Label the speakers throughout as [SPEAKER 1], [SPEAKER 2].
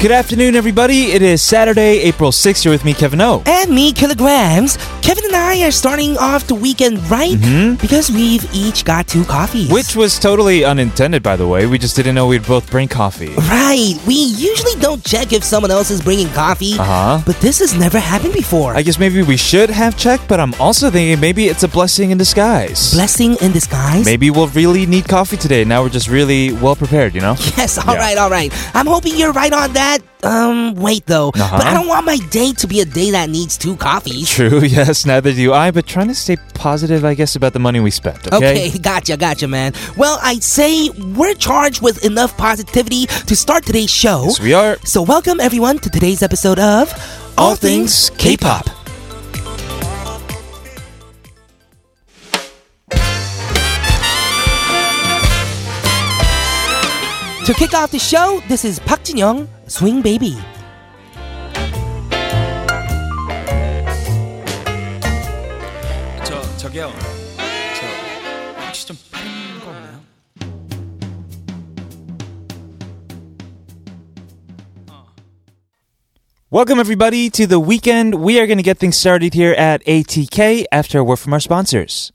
[SPEAKER 1] Good afternoon, everybody. It is Saturday, April 6th. You're with me, Kevin O.
[SPEAKER 2] And me, Kilograms. Kevin and I are starting off the weekend right because we've each got two coffees.
[SPEAKER 1] Mm-hmm. Which was totally unintended, by the way. We just didn't know we'd both bring coffee.
[SPEAKER 2] Right. We usually don't check if someone else is bringing coffee,
[SPEAKER 1] Uh-huh.
[SPEAKER 2] but this has never happened before.
[SPEAKER 1] I guess maybe we should have checked, but I'm also thinking maybe it's a blessing in disguise.
[SPEAKER 2] Blessing in disguise?
[SPEAKER 1] maybe we'll really need coffee today. Now we're just really well prepared, you know?
[SPEAKER 2] Yes, All
[SPEAKER 1] Yeah.
[SPEAKER 2] right. all right. I'm hoping you're right on that. Um, wait though. But I
[SPEAKER 1] Uh-huh.
[SPEAKER 2] don't want my day to be a day that needs two coffees.
[SPEAKER 1] True, yes, neither do I, but trying to stay positive, I guess, about the money we spent, okay?
[SPEAKER 2] gotcha, gotcha, man. Well, I'd say we're charged with enough positivity to start today's show.
[SPEAKER 1] Yes, we are.
[SPEAKER 2] So, welcome everyone to today's episode of
[SPEAKER 1] All Things K-Pop.
[SPEAKER 2] To kick off the show, this is Park Jin Young, Swing Baby.
[SPEAKER 3] 저 저기요. 저 혹시 좀 빠른 거 없나요?
[SPEAKER 1] Welcome, everybody, to the weekend. We are going to get things started here at ATK after a word from our sponsors.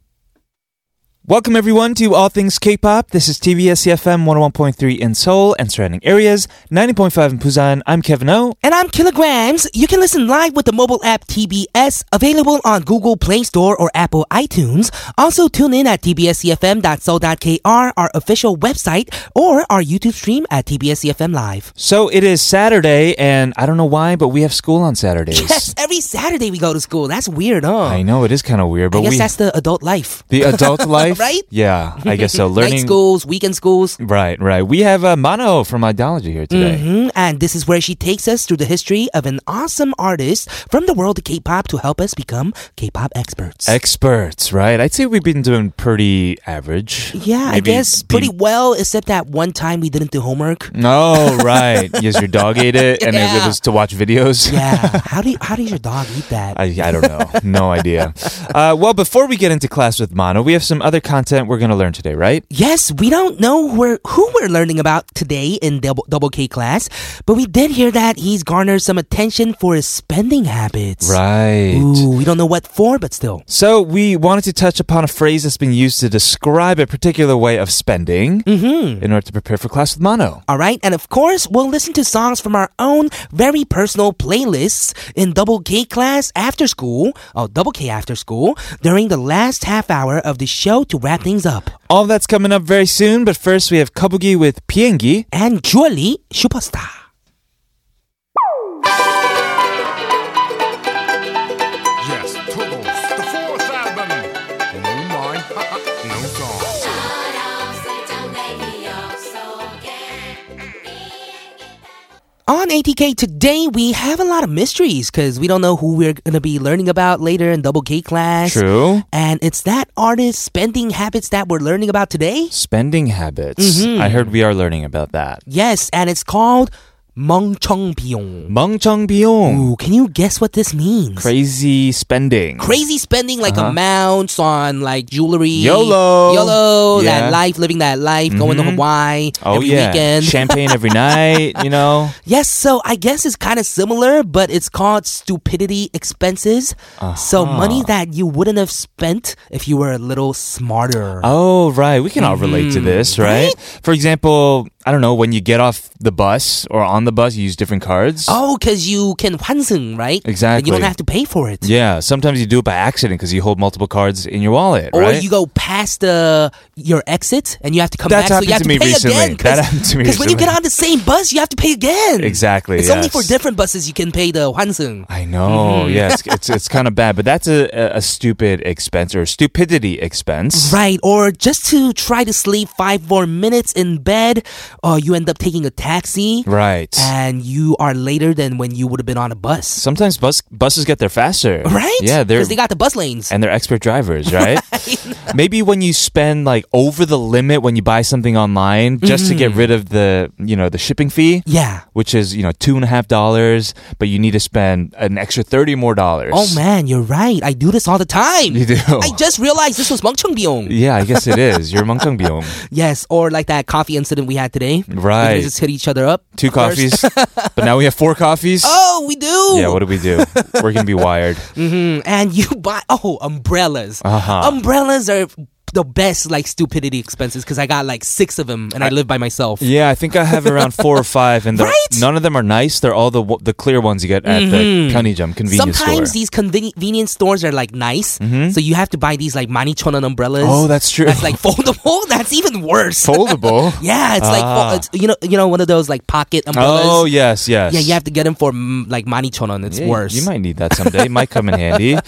[SPEAKER 1] Welcome, everyone, to All Things K pop. This is TBS EFM 101.3 in Seoul and surrounding areas, 90.5 in Busan. I'm Kevin O.
[SPEAKER 2] And I'm Kilograms. You can listen live with the mobile app TBS, available on Google Play Store or Apple iTunes. Also, tune in at tbscfm.so.kr, our official website, or our YouTube stream at tbscfm E live.
[SPEAKER 1] So it is Saturday, and I don't know why, but we have school on Saturdays.
[SPEAKER 2] Yes, every Saturday we go to school. That's weird, huh?
[SPEAKER 1] I know it is kind of weird,
[SPEAKER 2] I
[SPEAKER 1] but
[SPEAKER 2] guess
[SPEAKER 1] we
[SPEAKER 2] that's the adult life.
[SPEAKER 1] the adult life,
[SPEAKER 2] Right?
[SPEAKER 1] Yeah, I guess so.
[SPEAKER 2] Night
[SPEAKER 1] Learning,
[SPEAKER 2] schools, weekend schools.
[SPEAKER 1] right, right. We have uh, Mono from Ideology here today.
[SPEAKER 2] Mhm, And this is where she takes us through the history of an awesome artist from the world of K-pop to help us become K-pop experts.
[SPEAKER 1] Experts, right? I'd say we've been doing pretty average.
[SPEAKER 2] yeah, I
[SPEAKER 1] Maybe
[SPEAKER 2] guess
[SPEAKER 1] being-
[SPEAKER 2] pretty well, except that one time we didn't do homework.
[SPEAKER 1] No, right. yes, your dog ate it, and it- it
[SPEAKER 2] Yeah.
[SPEAKER 1] was to watch videos.
[SPEAKER 2] Yeah, how do you, how does your dog eat that?
[SPEAKER 1] I, I don't know. No idea. Uh, well, before we get into class with Mono, we have some other content we're going to learn today, right?
[SPEAKER 2] Yes, we don't know where, who we're learning about today in double, double K class, but we did hear that he's garnered some attention for his spending habits.
[SPEAKER 1] Right.
[SPEAKER 2] Ooh, we don't know what for, but still.
[SPEAKER 1] So we wanted to touch upon a phrase that's been used to describe a particular way of spending
[SPEAKER 2] Mm-hmm.
[SPEAKER 1] in order to prepare for class with Mono.
[SPEAKER 2] All right, and of course, we'll listen to songs from our own very personal playlists in Double K class after school, oh, Double K after school, during the last half hour of the show to wrap things up.
[SPEAKER 1] All that's coming up very soon, but first we have Kabugi with Piengi.
[SPEAKER 2] And Julie Superstar.
[SPEAKER 4] Yes, Troubles, the fourth album. No mind, no song.
[SPEAKER 2] On ATK today, we have a lot of mysteries because we don't know who we're going to be learning about later in Double K class.
[SPEAKER 1] True.
[SPEAKER 2] And it's that artist's spending habits that we're learning about today.
[SPEAKER 1] Spending habits.
[SPEAKER 2] Mm-hmm.
[SPEAKER 1] I heard we are learning about that.
[SPEAKER 2] Yes, and it's called Mongchong Biong.
[SPEAKER 1] Mongchong biong.
[SPEAKER 2] Ooh, can you guess what this means?
[SPEAKER 1] Crazy spending.
[SPEAKER 2] crazy spending like amounts on like jewelry.
[SPEAKER 1] Uh-huh. YOLO.
[SPEAKER 2] YOLO,
[SPEAKER 1] Yeah.
[SPEAKER 2] that life, living that life, going to Hawaii
[SPEAKER 1] Oh
[SPEAKER 2] every
[SPEAKER 1] yeah,
[SPEAKER 2] weekend.
[SPEAKER 1] champagne every night. You know,
[SPEAKER 2] yes, so I guess it's kind of similar, but it's called stupidity expenses.
[SPEAKER 1] Uh-huh.
[SPEAKER 2] So money that you wouldn't have spent if you were a little smarter.
[SPEAKER 1] Oh, right. We can all relate
[SPEAKER 2] Mm-hmm.
[SPEAKER 1] to this, right? For example, I don't know, when you get off the bus or on the bus, you use different cards.
[SPEAKER 2] Oh, because you can 환승, right? And you
[SPEAKER 1] Exactly.
[SPEAKER 2] don't have to pay for it.
[SPEAKER 1] Yeah, sometimes you do it by accident because you hold multiple cards in your wallet,
[SPEAKER 2] Or
[SPEAKER 1] right?
[SPEAKER 2] you go past the your exit and you have to come
[SPEAKER 1] That's
[SPEAKER 2] back. So you have
[SPEAKER 1] happened to me
[SPEAKER 2] to, pay
[SPEAKER 1] recently.
[SPEAKER 2] again.
[SPEAKER 1] That happened to me
[SPEAKER 2] Because when you get
[SPEAKER 1] recently.
[SPEAKER 2] on the same bus, you have to pay again.
[SPEAKER 1] Exactly,
[SPEAKER 2] It's only for
[SPEAKER 1] yes.
[SPEAKER 2] different buses you can pay the 환승.
[SPEAKER 1] I
[SPEAKER 2] Mm-hmm.
[SPEAKER 1] know. Yeah, it's it's, it's kind of bad, but that's a, a a stupid expense or stupidity expense.
[SPEAKER 2] Right, or just to try to sleep five more minutes in bed, uh, you end up taking a taxi,
[SPEAKER 1] Right.
[SPEAKER 2] and you are later than when you would have been on a bus.
[SPEAKER 1] Sometimes bus buses get there faster.
[SPEAKER 2] Right?
[SPEAKER 1] Yeah, they're
[SPEAKER 2] because they got the bus lanes.
[SPEAKER 1] and they're expert drivers, right? Maybe when you spend like over the limit when you buy something online just to get
[SPEAKER 2] Mm-hmm.
[SPEAKER 1] rid of the you know the shipping fee.
[SPEAKER 2] yeah.
[SPEAKER 1] which is you know two and a half dollars, but you need to spend an extra thirty more dollars.
[SPEAKER 2] Oh man, you're right. I do this all the time.
[SPEAKER 1] You do.
[SPEAKER 2] I just realized this was Mongcheong Biong.
[SPEAKER 1] Yeah, I guess it is. You're Mongkang Biong.
[SPEAKER 2] Yes, or like that coffee incident we had Saturday.
[SPEAKER 1] Right.
[SPEAKER 2] We just hit each other up.
[SPEAKER 1] Two
[SPEAKER 2] First-
[SPEAKER 1] coffees, but now we have four coffees.
[SPEAKER 2] Oh, we do. Mm,
[SPEAKER 1] Yeah, what do we do? We're gonna be wired.
[SPEAKER 2] and you buy oh umbrellas.
[SPEAKER 1] Uh-huh.
[SPEAKER 2] Umbrellas are the best like stupidity expenses because I got like six of them and I, live by myself.
[SPEAKER 1] Yeah, I think I have around four or five, and they're-
[SPEAKER 2] Right? Mm-hmm.
[SPEAKER 1] none of them are nice. They're all the w- the clear ones you get at the Gyeongjam convenience
[SPEAKER 2] Sometimes
[SPEAKER 1] store. Mm-hmm.
[SPEAKER 2] these conveni- convenience stores are like nice, so you have to buy these like manichonan umbrellas.
[SPEAKER 1] Oh, that's true.
[SPEAKER 2] That's like foldable. That's even worse.
[SPEAKER 1] foldable.
[SPEAKER 2] yeah, it's like
[SPEAKER 1] Ah.
[SPEAKER 2] fo- it's, you know you know one of those like pocket umbrellas.
[SPEAKER 1] Oh yes, yes.
[SPEAKER 2] Yeah, you have to get them for mm, like manichonan. It's
[SPEAKER 1] Yeah,
[SPEAKER 2] worse.
[SPEAKER 1] You might need that someday. It might come in handy. Uh,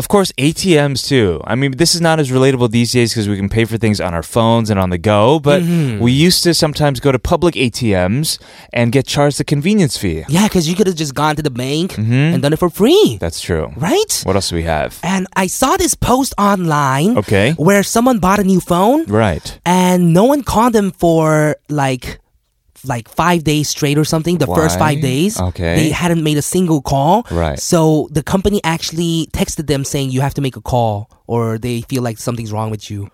[SPEAKER 1] of course, ATMs too. I mean, this is not as relatable these days because we can pay for things on our phones and on the go. But
[SPEAKER 2] Mm-hmm.
[SPEAKER 1] we used to sometimes go to public ATMs and get charged the convenience fee.
[SPEAKER 2] yeah, because you could have just gone to the bank
[SPEAKER 1] Mm-hmm.
[SPEAKER 2] and done it for free,
[SPEAKER 1] That's true.
[SPEAKER 2] right?
[SPEAKER 1] What else do we have?
[SPEAKER 2] And I saw this post online
[SPEAKER 1] Okay.
[SPEAKER 2] where someone bought a new phone
[SPEAKER 1] Right.
[SPEAKER 2] and no one called them for like like five days straight or something. The first
[SPEAKER 1] Why?
[SPEAKER 2] five days,
[SPEAKER 1] Okay.
[SPEAKER 2] they hadn't made a single call.
[SPEAKER 1] Right.
[SPEAKER 2] So the company actually texted them saying you have to make a call or they feel like something's wrong with you.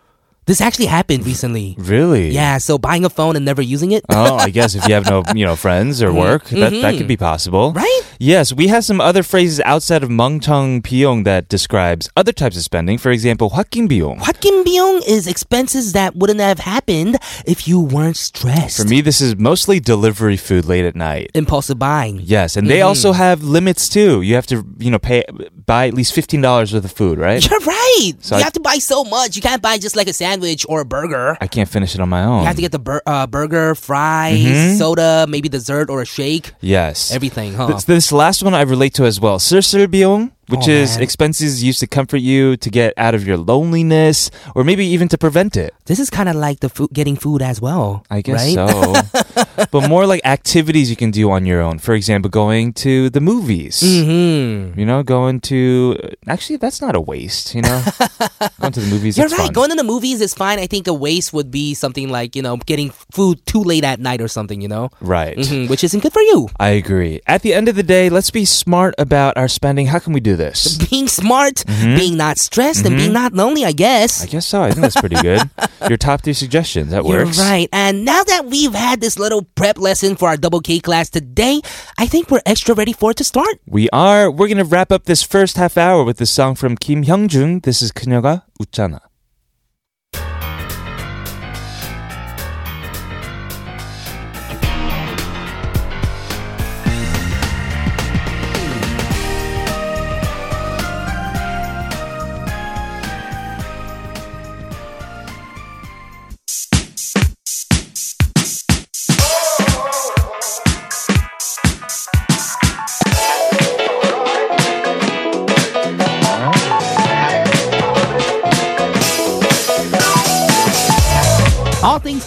[SPEAKER 2] This actually happened recently.
[SPEAKER 1] Really?
[SPEAKER 2] Yeah. So buying a phone and never using it.
[SPEAKER 1] oh, I guess if you have no, you know, friends or work, that, that could be possible.
[SPEAKER 2] Mm-hmm. Right?
[SPEAKER 1] Yes, we have some other phrases outside of mungtong piyong that describes other types of spending. For example, hakkim piyong.
[SPEAKER 2] Hwatgimbyung is expenses that wouldn't have happened if you weren't stressed.
[SPEAKER 1] For me, this is mostly delivery food late at night.
[SPEAKER 2] impulsive buying.
[SPEAKER 1] Yes, and they
[SPEAKER 2] Mm-hmm.
[SPEAKER 1] also have limits too. You have to, you know, pay buy at least fifteen dollars worth of food, right?
[SPEAKER 2] You're right.
[SPEAKER 1] So
[SPEAKER 2] you
[SPEAKER 1] I-
[SPEAKER 2] have to buy so much. You can't buy just like a sandwich or a burger.
[SPEAKER 1] I can't finish it on my own.
[SPEAKER 2] You have to get the bur- uh, burger, fries,
[SPEAKER 1] Mm-hmm.
[SPEAKER 2] soda, maybe dessert or a shake.
[SPEAKER 1] yes,
[SPEAKER 2] Everything, huh?
[SPEAKER 1] This, this last one I relate to as well. Sirsilbyong, which
[SPEAKER 2] uh-uh. Oh,
[SPEAKER 1] is
[SPEAKER 2] man.
[SPEAKER 1] expenses used to comfort you to get out of your loneliness or maybe even to prevent it.
[SPEAKER 2] This is kind of like the food, getting food as well.
[SPEAKER 1] I guess
[SPEAKER 2] right?
[SPEAKER 1] so. but more like activities you can do on your own. For example, going to the movies.
[SPEAKER 2] hmm
[SPEAKER 1] You know, going to uh, actually that's not a waste, you know. going to the movies
[SPEAKER 2] You're
[SPEAKER 1] that's
[SPEAKER 2] right.
[SPEAKER 1] fun.
[SPEAKER 2] Going to the movies is fine. I think a waste would be something like you know getting food too late at night or something. You know,
[SPEAKER 1] right.
[SPEAKER 2] hmm which isn't good for you.
[SPEAKER 1] I agree. At the end of the day, let's be smart about our spending. How can we do this?
[SPEAKER 2] Being smart,
[SPEAKER 1] Mm-hmm.
[SPEAKER 2] being not stressed, and being not lonely. I guess.
[SPEAKER 1] I guess so. I think that's pretty good. Your top three suggestions. That works.
[SPEAKER 2] You're right. And now that we've had this little prep lesson for our double K class today, I think we're extra ready for it to start.
[SPEAKER 1] We are. We're going to wrap up this first half hour with the song from Kim Hyung Jun. This is 그녀가 웃잖아.
[SPEAKER 2] All things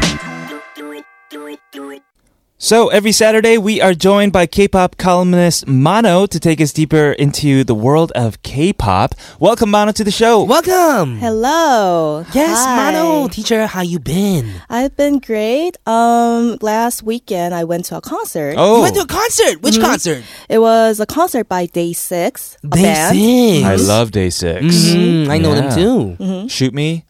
[SPEAKER 1] So every Saturday, we are joined by K-pop columnist Mono to take us deeper into the world of K-pop. Welcome, Mono, to the show.
[SPEAKER 2] Welcome.
[SPEAKER 5] Hello.
[SPEAKER 2] Yes,
[SPEAKER 5] Hi.
[SPEAKER 2] Mano, teacher, how you been?
[SPEAKER 5] I've been great. Um, last weekend I went to a concert.
[SPEAKER 2] You
[SPEAKER 1] Oh,
[SPEAKER 2] went to a concert. Which concert?
[SPEAKER 5] It was a concert by Day Six. a
[SPEAKER 2] Day
[SPEAKER 5] band.
[SPEAKER 2] Six.
[SPEAKER 1] I love Day 6
[SPEAKER 2] Mm, I know
[SPEAKER 1] Yeah.
[SPEAKER 2] them too.
[SPEAKER 1] Shoot me.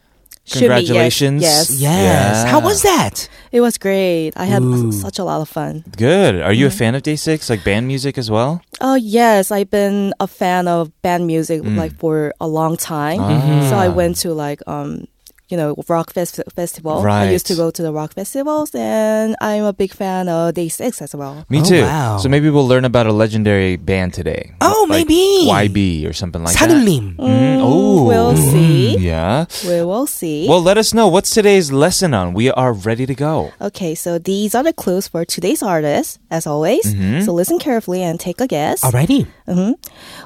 [SPEAKER 5] Should be, yes,
[SPEAKER 1] Congratulations.
[SPEAKER 5] Yes,
[SPEAKER 2] Yes. How was that?
[SPEAKER 5] It was great. I had such a lot of fun.
[SPEAKER 1] Good. Are you
[SPEAKER 2] Mm-hmm.
[SPEAKER 1] a fan of Day Six, like band music as well?
[SPEAKER 5] Oh yes, I've been a fan of band music
[SPEAKER 1] Mm.
[SPEAKER 5] like for a long time.
[SPEAKER 1] Ah.
[SPEAKER 5] So I went to like um you know rock fest- festival.
[SPEAKER 1] Right.
[SPEAKER 5] I used to go to the rock festivals, and I'm a big fan of Day Six as well.
[SPEAKER 1] Me
[SPEAKER 2] Oh,
[SPEAKER 1] too.
[SPEAKER 2] wow.
[SPEAKER 1] So maybe we'll learn about a legendary band today.
[SPEAKER 2] Oh,
[SPEAKER 1] Like
[SPEAKER 2] maybe.
[SPEAKER 1] YB or something like that.
[SPEAKER 2] Sanulim.
[SPEAKER 1] Mm, oh,
[SPEAKER 5] We'll see.
[SPEAKER 1] Yeah.
[SPEAKER 5] We will see.
[SPEAKER 1] Well, let us know what's today's lesson on. We are ready to go.
[SPEAKER 5] Okay, so these are the clues for today's artist, as always. So listen carefully and take a guess.
[SPEAKER 2] Alrighty.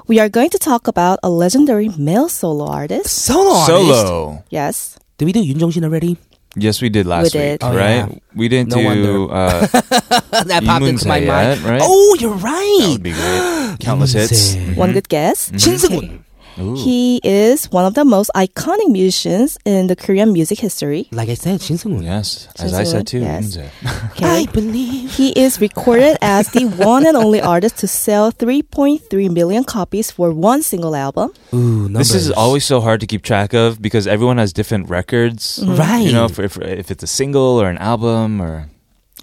[SPEAKER 5] We are going to talk about a legendary male solo artist.
[SPEAKER 2] Solo. artist.
[SPEAKER 1] Solo.
[SPEAKER 5] Yes.
[SPEAKER 2] Did we do Yun Jong Shin already?
[SPEAKER 1] Yes, we did last
[SPEAKER 5] We did.
[SPEAKER 1] week,
[SPEAKER 2] Oh,
[SPEAKER 1] right? We didn't
[SPEAKER 2] No
[SPEAKER 1] do uh,
[SPEAKER 2] that popped into my
[SPEAKER 1] Imunse yet,
[SPEAKER 2] mind.
[SPEAKER 1] right?
[SPEAKER 2] Oh, you're
[SPEAKER 1] that
[SPEAKER 2] right.
[SPEAKER 1] would be great. Countless hits.
[SPEAKER 5] One good guess.
[SPEAKER 2] Shin
[SPEAKER 5] Okay. He is one of the most iconic musicians in the Korean music history.
[SPEAKER 2] Like I said, Shin Seung-woon.
[SPEAKER 1] Yes, as I said too.
[SPEAKER 5] Yes.
[SPEAKER 1] Moonse.
[SPEAKER 5] Okay.
[SPEAKER 2] I believe.
[SPEAKER 5] He is recorded as the one and only artist to sell 3.3 million copies for one single album.
[SPEAKER 2] Ooh, numbers.
[SPEAKER 1] This is always so hard to keep track of because everyone has different records.
[SPEAKER 2] Right.
[SPEAKER 1] You know, if, if, if it's a single or an album or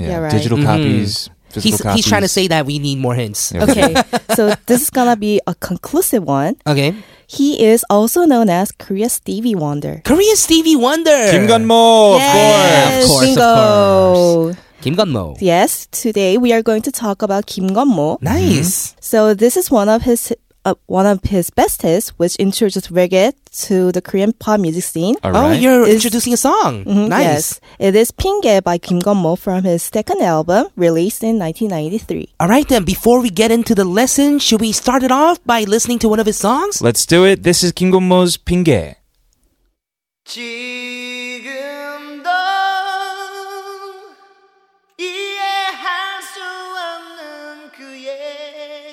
[SPEAKER 1] yeah,
[SPEAKER 5] Yeah, right.
[SPEAKER 1] digital
[SPEAKER 2] Mhm.
[SPEAKER 1] copies, physical
[SPEAKER 2] He's,
[SPEAKER 1] copies.
[SPEAKER 2] he's trying to say that we need more hints.
[SPEAKER 1] Yeah.
[SPEAKER 5] Okay, so this is gonna be a conclusive one.
[SPEAKER 2] Okay.
[SPEAKER 5] He is also known as Korea's Stevie Wonder.
[SPEAKER 2] Korean Stevie Wonder.
[SPEAKER 1] Kim Gunmo,
[SPEAKER 5] yes,
[SPEAKER 1] Oh, of course.
[SPEAKER 2] course, of
[SPEAKER 5] bingo.
[SPEAKER 2] Kim Gunmo.
[SPEAKER 5] Yes, today we are going to talk about Kim Gunmo.
[SPEAKER 2] Nice.
[SPEAKER 5] So this is one of his uh, one of his best hits, which introduced reggae to the Korean pop music scene.
[SPEAKER 1] All
[SPEAKER 2] Oh,
[SPEAKER 1] right.
[SPEAKER 2] you're
[SPEAKER 5] Is-
[SPEAKER 2] introducing a song.
[SPEAKER 1] Mm-hmm.
[SPEAKER 5] Mhm,
[SPEAKER 2] Nice.
[SPEAKER 5] Yes, it is Pinge by Kim Gunmo from his second album, released in 1993.
[SPEAKER 2] All right, then, before we get into the lesson, should we start it off by listening to one of his songs?
[SPEAKER 1] Let's do it. This is Kim Gunmo's Pinge.
[SPEAKER 6] 지금도 이해할 수 없는 그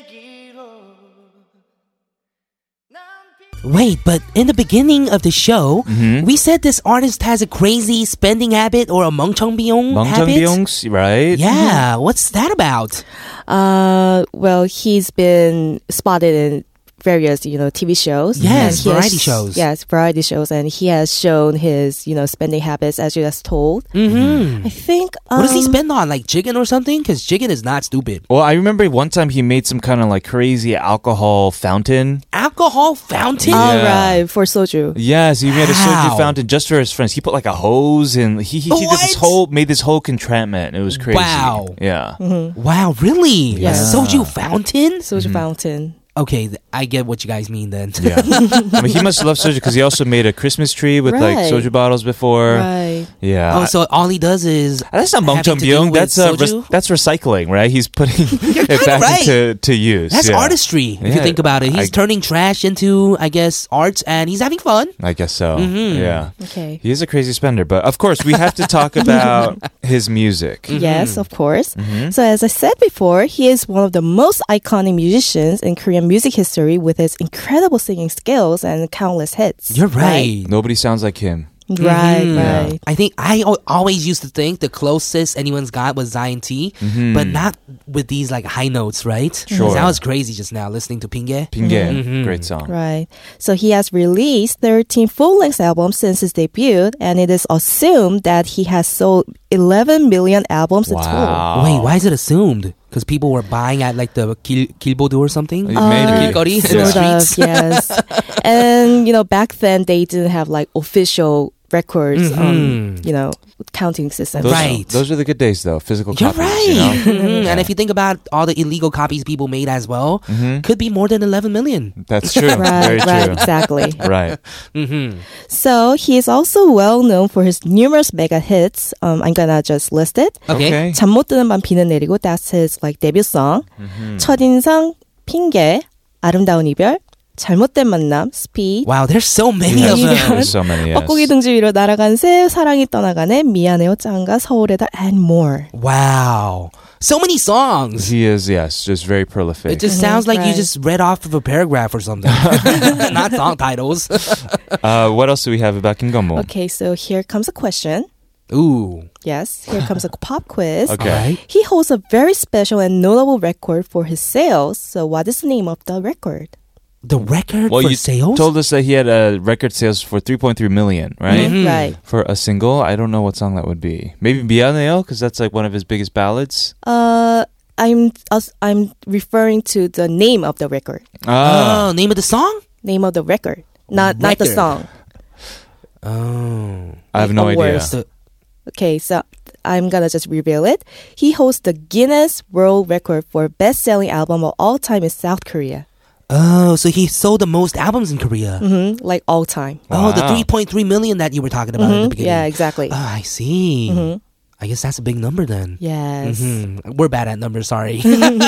[SPEAKER 6] 얘기로 난 비-
[SPEAKER 2] Wait, but in the beginning of the show, we said this artist has a crazy spending habit or a mongcheongbyung
[SPEAKER 1] Bang Jang
[SPEAKER 2] habit.
[SPEAKER 1] Byung's, right?
[SPEAKER 2] Yeah, what's that about?
[SPEAKER 5] Uh, well, he's been spotted in various, you know, TV shows.
[SPEAKER 2] Yes,
[SPEAKER 5] And he has-
[SPEAKER 2] variety shows.
[SPEAKER 5] Yes, variety shows, and he has shown his, you know, spending habits as you just told.
[SPEAKER 2] Mm-hmm.
[SPEAKER 5] I think. Um,
[SPEAKER 2] What does he spend on? Like chicken or something? Because chicken is not stupid.
[SPEAKER 1] Well, I remember one time he made some kind of like crazy alcohol fountain.
[SPEAKER 2] Alcohol fountain?
[SPEAKER 1] Yeah.
[SPEAKER 5] All
[SPEAKER 1] Mm-hmm.
[SPEAKER 5] right, for soju.
[SPEAKER 1] Yes, he made a
[SPEAKER 2] Wow.
[SPEAKER 1] soju fountain just for his friends. He put like a hose and he he, he did this
[SPEAKER 2] What?
[SPEAKER 1] whole made this whole entrapment. It was crazy.
[SPEAKER 2] Wow.
[SPEAKER 1] Yeah.
[SPEAKER 2] Wow, really? A soju fountain?
[SPEAKER 5] Soju fountain.
[SPEAKER 2] Okay, th- I get what you guys mean then.
[SPEAKER 1] Yeah. I mean, he must love soju because he also made a Christmas tree with like
[SPEAKER 5] Right.
[SPEAKER 1] soju bottles before.
[SPEAKER 5] Right.
[SPEAKER 1] Yeah.
[SPEAKER 2] oh, so all he does is
[SPEAKER 1] Uh, that's not
[SPEAKER 2] having to
[SPEAKER 1] Mongcheong
[SPEAKER 2] do
[SPEAKER 1] Byung.
[SPEAKER 2] with
[SPEAKER 1] That's uh, re-
[SPEAKER 2] soju?
[SPEAKER 1] that's recycling, right? He's putting it
[SPEAKER 2] kinda
[SPEAKER 1] back
[SPEAKER 2] right.
[SPEAKER 1] into to use.
[SPEAKER 2] That's
[SPEAKER 1] yeah.
[SPEAKER 2] artistry, if
[SPEAKER 1] Yeah,
[SPEAKER 2] you think about it.
[SPEAKER 1] I-
[SPEAKER 2] He's turning trash into, I guess, arts, and he's having fun.
[SPEAKER 1] I guess so.
[SPEAKER 2] Mm-hmm.
[SPEAKER 1] Yeah.
[SPEAKER 5] Okay.
[SPEAKER 1] He is a crazy spender, but of course we have to talk about his music.
[SPEAKER 2] Mm.
[SPEAKER 5] Yes, of course. So, as I said before, he is one of the most iconic musicians in Korean music history with his incredible singing skills and countless hits.
[SPEAKER 2] You're right.
[SPEAKER 1] Nobody sounds like him.
[SPEAKER 5] Right, right. right.
[SPEAKER 2] I think I al- always used to think the closest anyone's got was Zion T, but not with these like high notes, right? 'Cause
[SPEAKER 1] Mm-hmm. Sure.
[SPEAKER 2] That was crazy just now listening to Pinge.
[SPEAKER 1] Pinge,
[SPEAKER 2] Mm-hmm.
[SPEAKER 1] great song.
[SPEAKER 5] So he has released 13 full-length albums since his debut, and it is assumed that he has sold 11 million albums in total.
[SPEAKER 1] Wow.
[SPEAKER 2] Wait, why is it assumed? Because people were buying at like the Gil- Gilbodo or something?
[SPEAKER 1] Uh, Maybe.
[SPEAKER 2] The Gilgori in the
[SPEAKER 1] Yeah.
[SPEAKER 5] Sort of,
[SPEAKER 2] streets?
[SPEAKER 5] yes. and you know, back then they didn't have like official records, um, you know, counting system.
[SPEAKER 1] Mm-hmm. Those,
[SPEAKER 2] Right.
[SPEAKER 1] Those are the good days, though. Physical
[SPEAKER 2] You're
[SPEAKER 1] copies.
[SPEAKER 2] right.
[SPEAKER 1] you know?
[SPEAKER 2] Mhm. And if you think about all the illegal copies people made as well,
[SPEAKER 1] Mm-hmm.
[SPEAKER 2] could be more than 11 million.
[SPEAKER 1] That's true. Very
[SPEAKER 5] Right,
[SPEAKER 1] true.
[SPEAKER 5] right, exactly.
[SPEAKER 1] Right.
[SPEAKER 5] So he is also well known for his numerous mega hits. Um, I'm gonna just list it.
[SPEAKER 2] Okay.
[SPEAKER 1] Okay.
[SPEAKER 5] 잠 못 드는 밤 비는 내리고
[SPEAKER 1] Mm-hmm.
[SPEAKER 5] that's his like debut song. 첫인상 핑계 아름다운 이별 잘못된 만남, speed,
[SPEAKER 2] Wow, there's so many
[SPEAKER 5] Yes.
[SPEAKER 2] of them.
[SPEAKER 5] Yeah.
[SPEAKER 1] There's so many. Yes.
[SPEAKER 5] 뻐꾸기 둥지 위로 날아간 새, 사랑이 떠나가네, 미안해요 짱가, 서울의 달, and more.
[SPEAKER 2] Wow. So many songs.
[SPEAKER 1] He is yes, just very prolific.
[SPEAKER 2] It just
[SPEAKER 5] Mhm,
[SPEAKER 2] sounds like you
[SPEAKER 5] right.
[SPEAKER 2] just read off of a paragraph or something. Not song titles.
[SPEAKER 1] uh, what else do we have about Kingomo?
[SPEAKER 5] Okay, so here comes a question.
[SPEAKER 2] Ooh.
[SPEAKER 5] Yes, here comes a pop quiz.
[SPEAKER 1] Okay.
[SPEAKER 2] Alright.
[SPEAKER 5] He holds a very special and notable record for his sales. So, what is the name of the record?
[SPEAKER 2] The record
[SPEAKER 1] Well,
[SPEAKER 2] for
[SPEAKER 1] you
[SPEAKER 2] sales?
[SPEAKER 1] told us that he had a record sales for 3.3 million, right?
[SPEAKER 2] Mm-hmm.
[SPEAKER 5] Right.
[SPEAKER 1] For a single, I don't know what song that would be. Maybe Bianeo, because that's like one of his biggest ballads.
[SPEAKER 5] Uh, I'm us- I'm referring to the name of the record.
[SPEAKER 1] Ah, uh,
[SPEAKER 2] oh, name of the song?
[SPEAKER 5] Name of the record, not not the
[SPEAKER 2] Record.
[SPEAKER 5] song.
[SPEAKER 2] Oh.
[SPEAKER 1] I have no
[SPEAKER 5] a
[SPEAKER 1] idea.
[SPEAKER 5] worse.
[SPEAKER 2] So-
[SPEAKER 5] Okay, so I'm gonna just reveal it. He holds the Guinness World Record for best-selling album of all time in South Korea.
[SPEAKER 2] oh, so he sold the most albums in Korea.
[SPEAKER 5] hmm Like all time.
[SPEAKER 2] Oh, the
[SPEAKER 1] Wow.
[SPEAKER 2] 3.3 million that you were talking about in the
[SPEAKER 5] Mhm,
[SPEAKER 2] beginning.
[SPEAKER 5] Yeah, exactly.
[SPEAKER 2] Oh, I see. I guess that's a big number then.
[SPEAKER 5] yes.
[SPEAKER 2] Mhm. We're bad at numbers, sorry.
[SPEAKER 5] I'm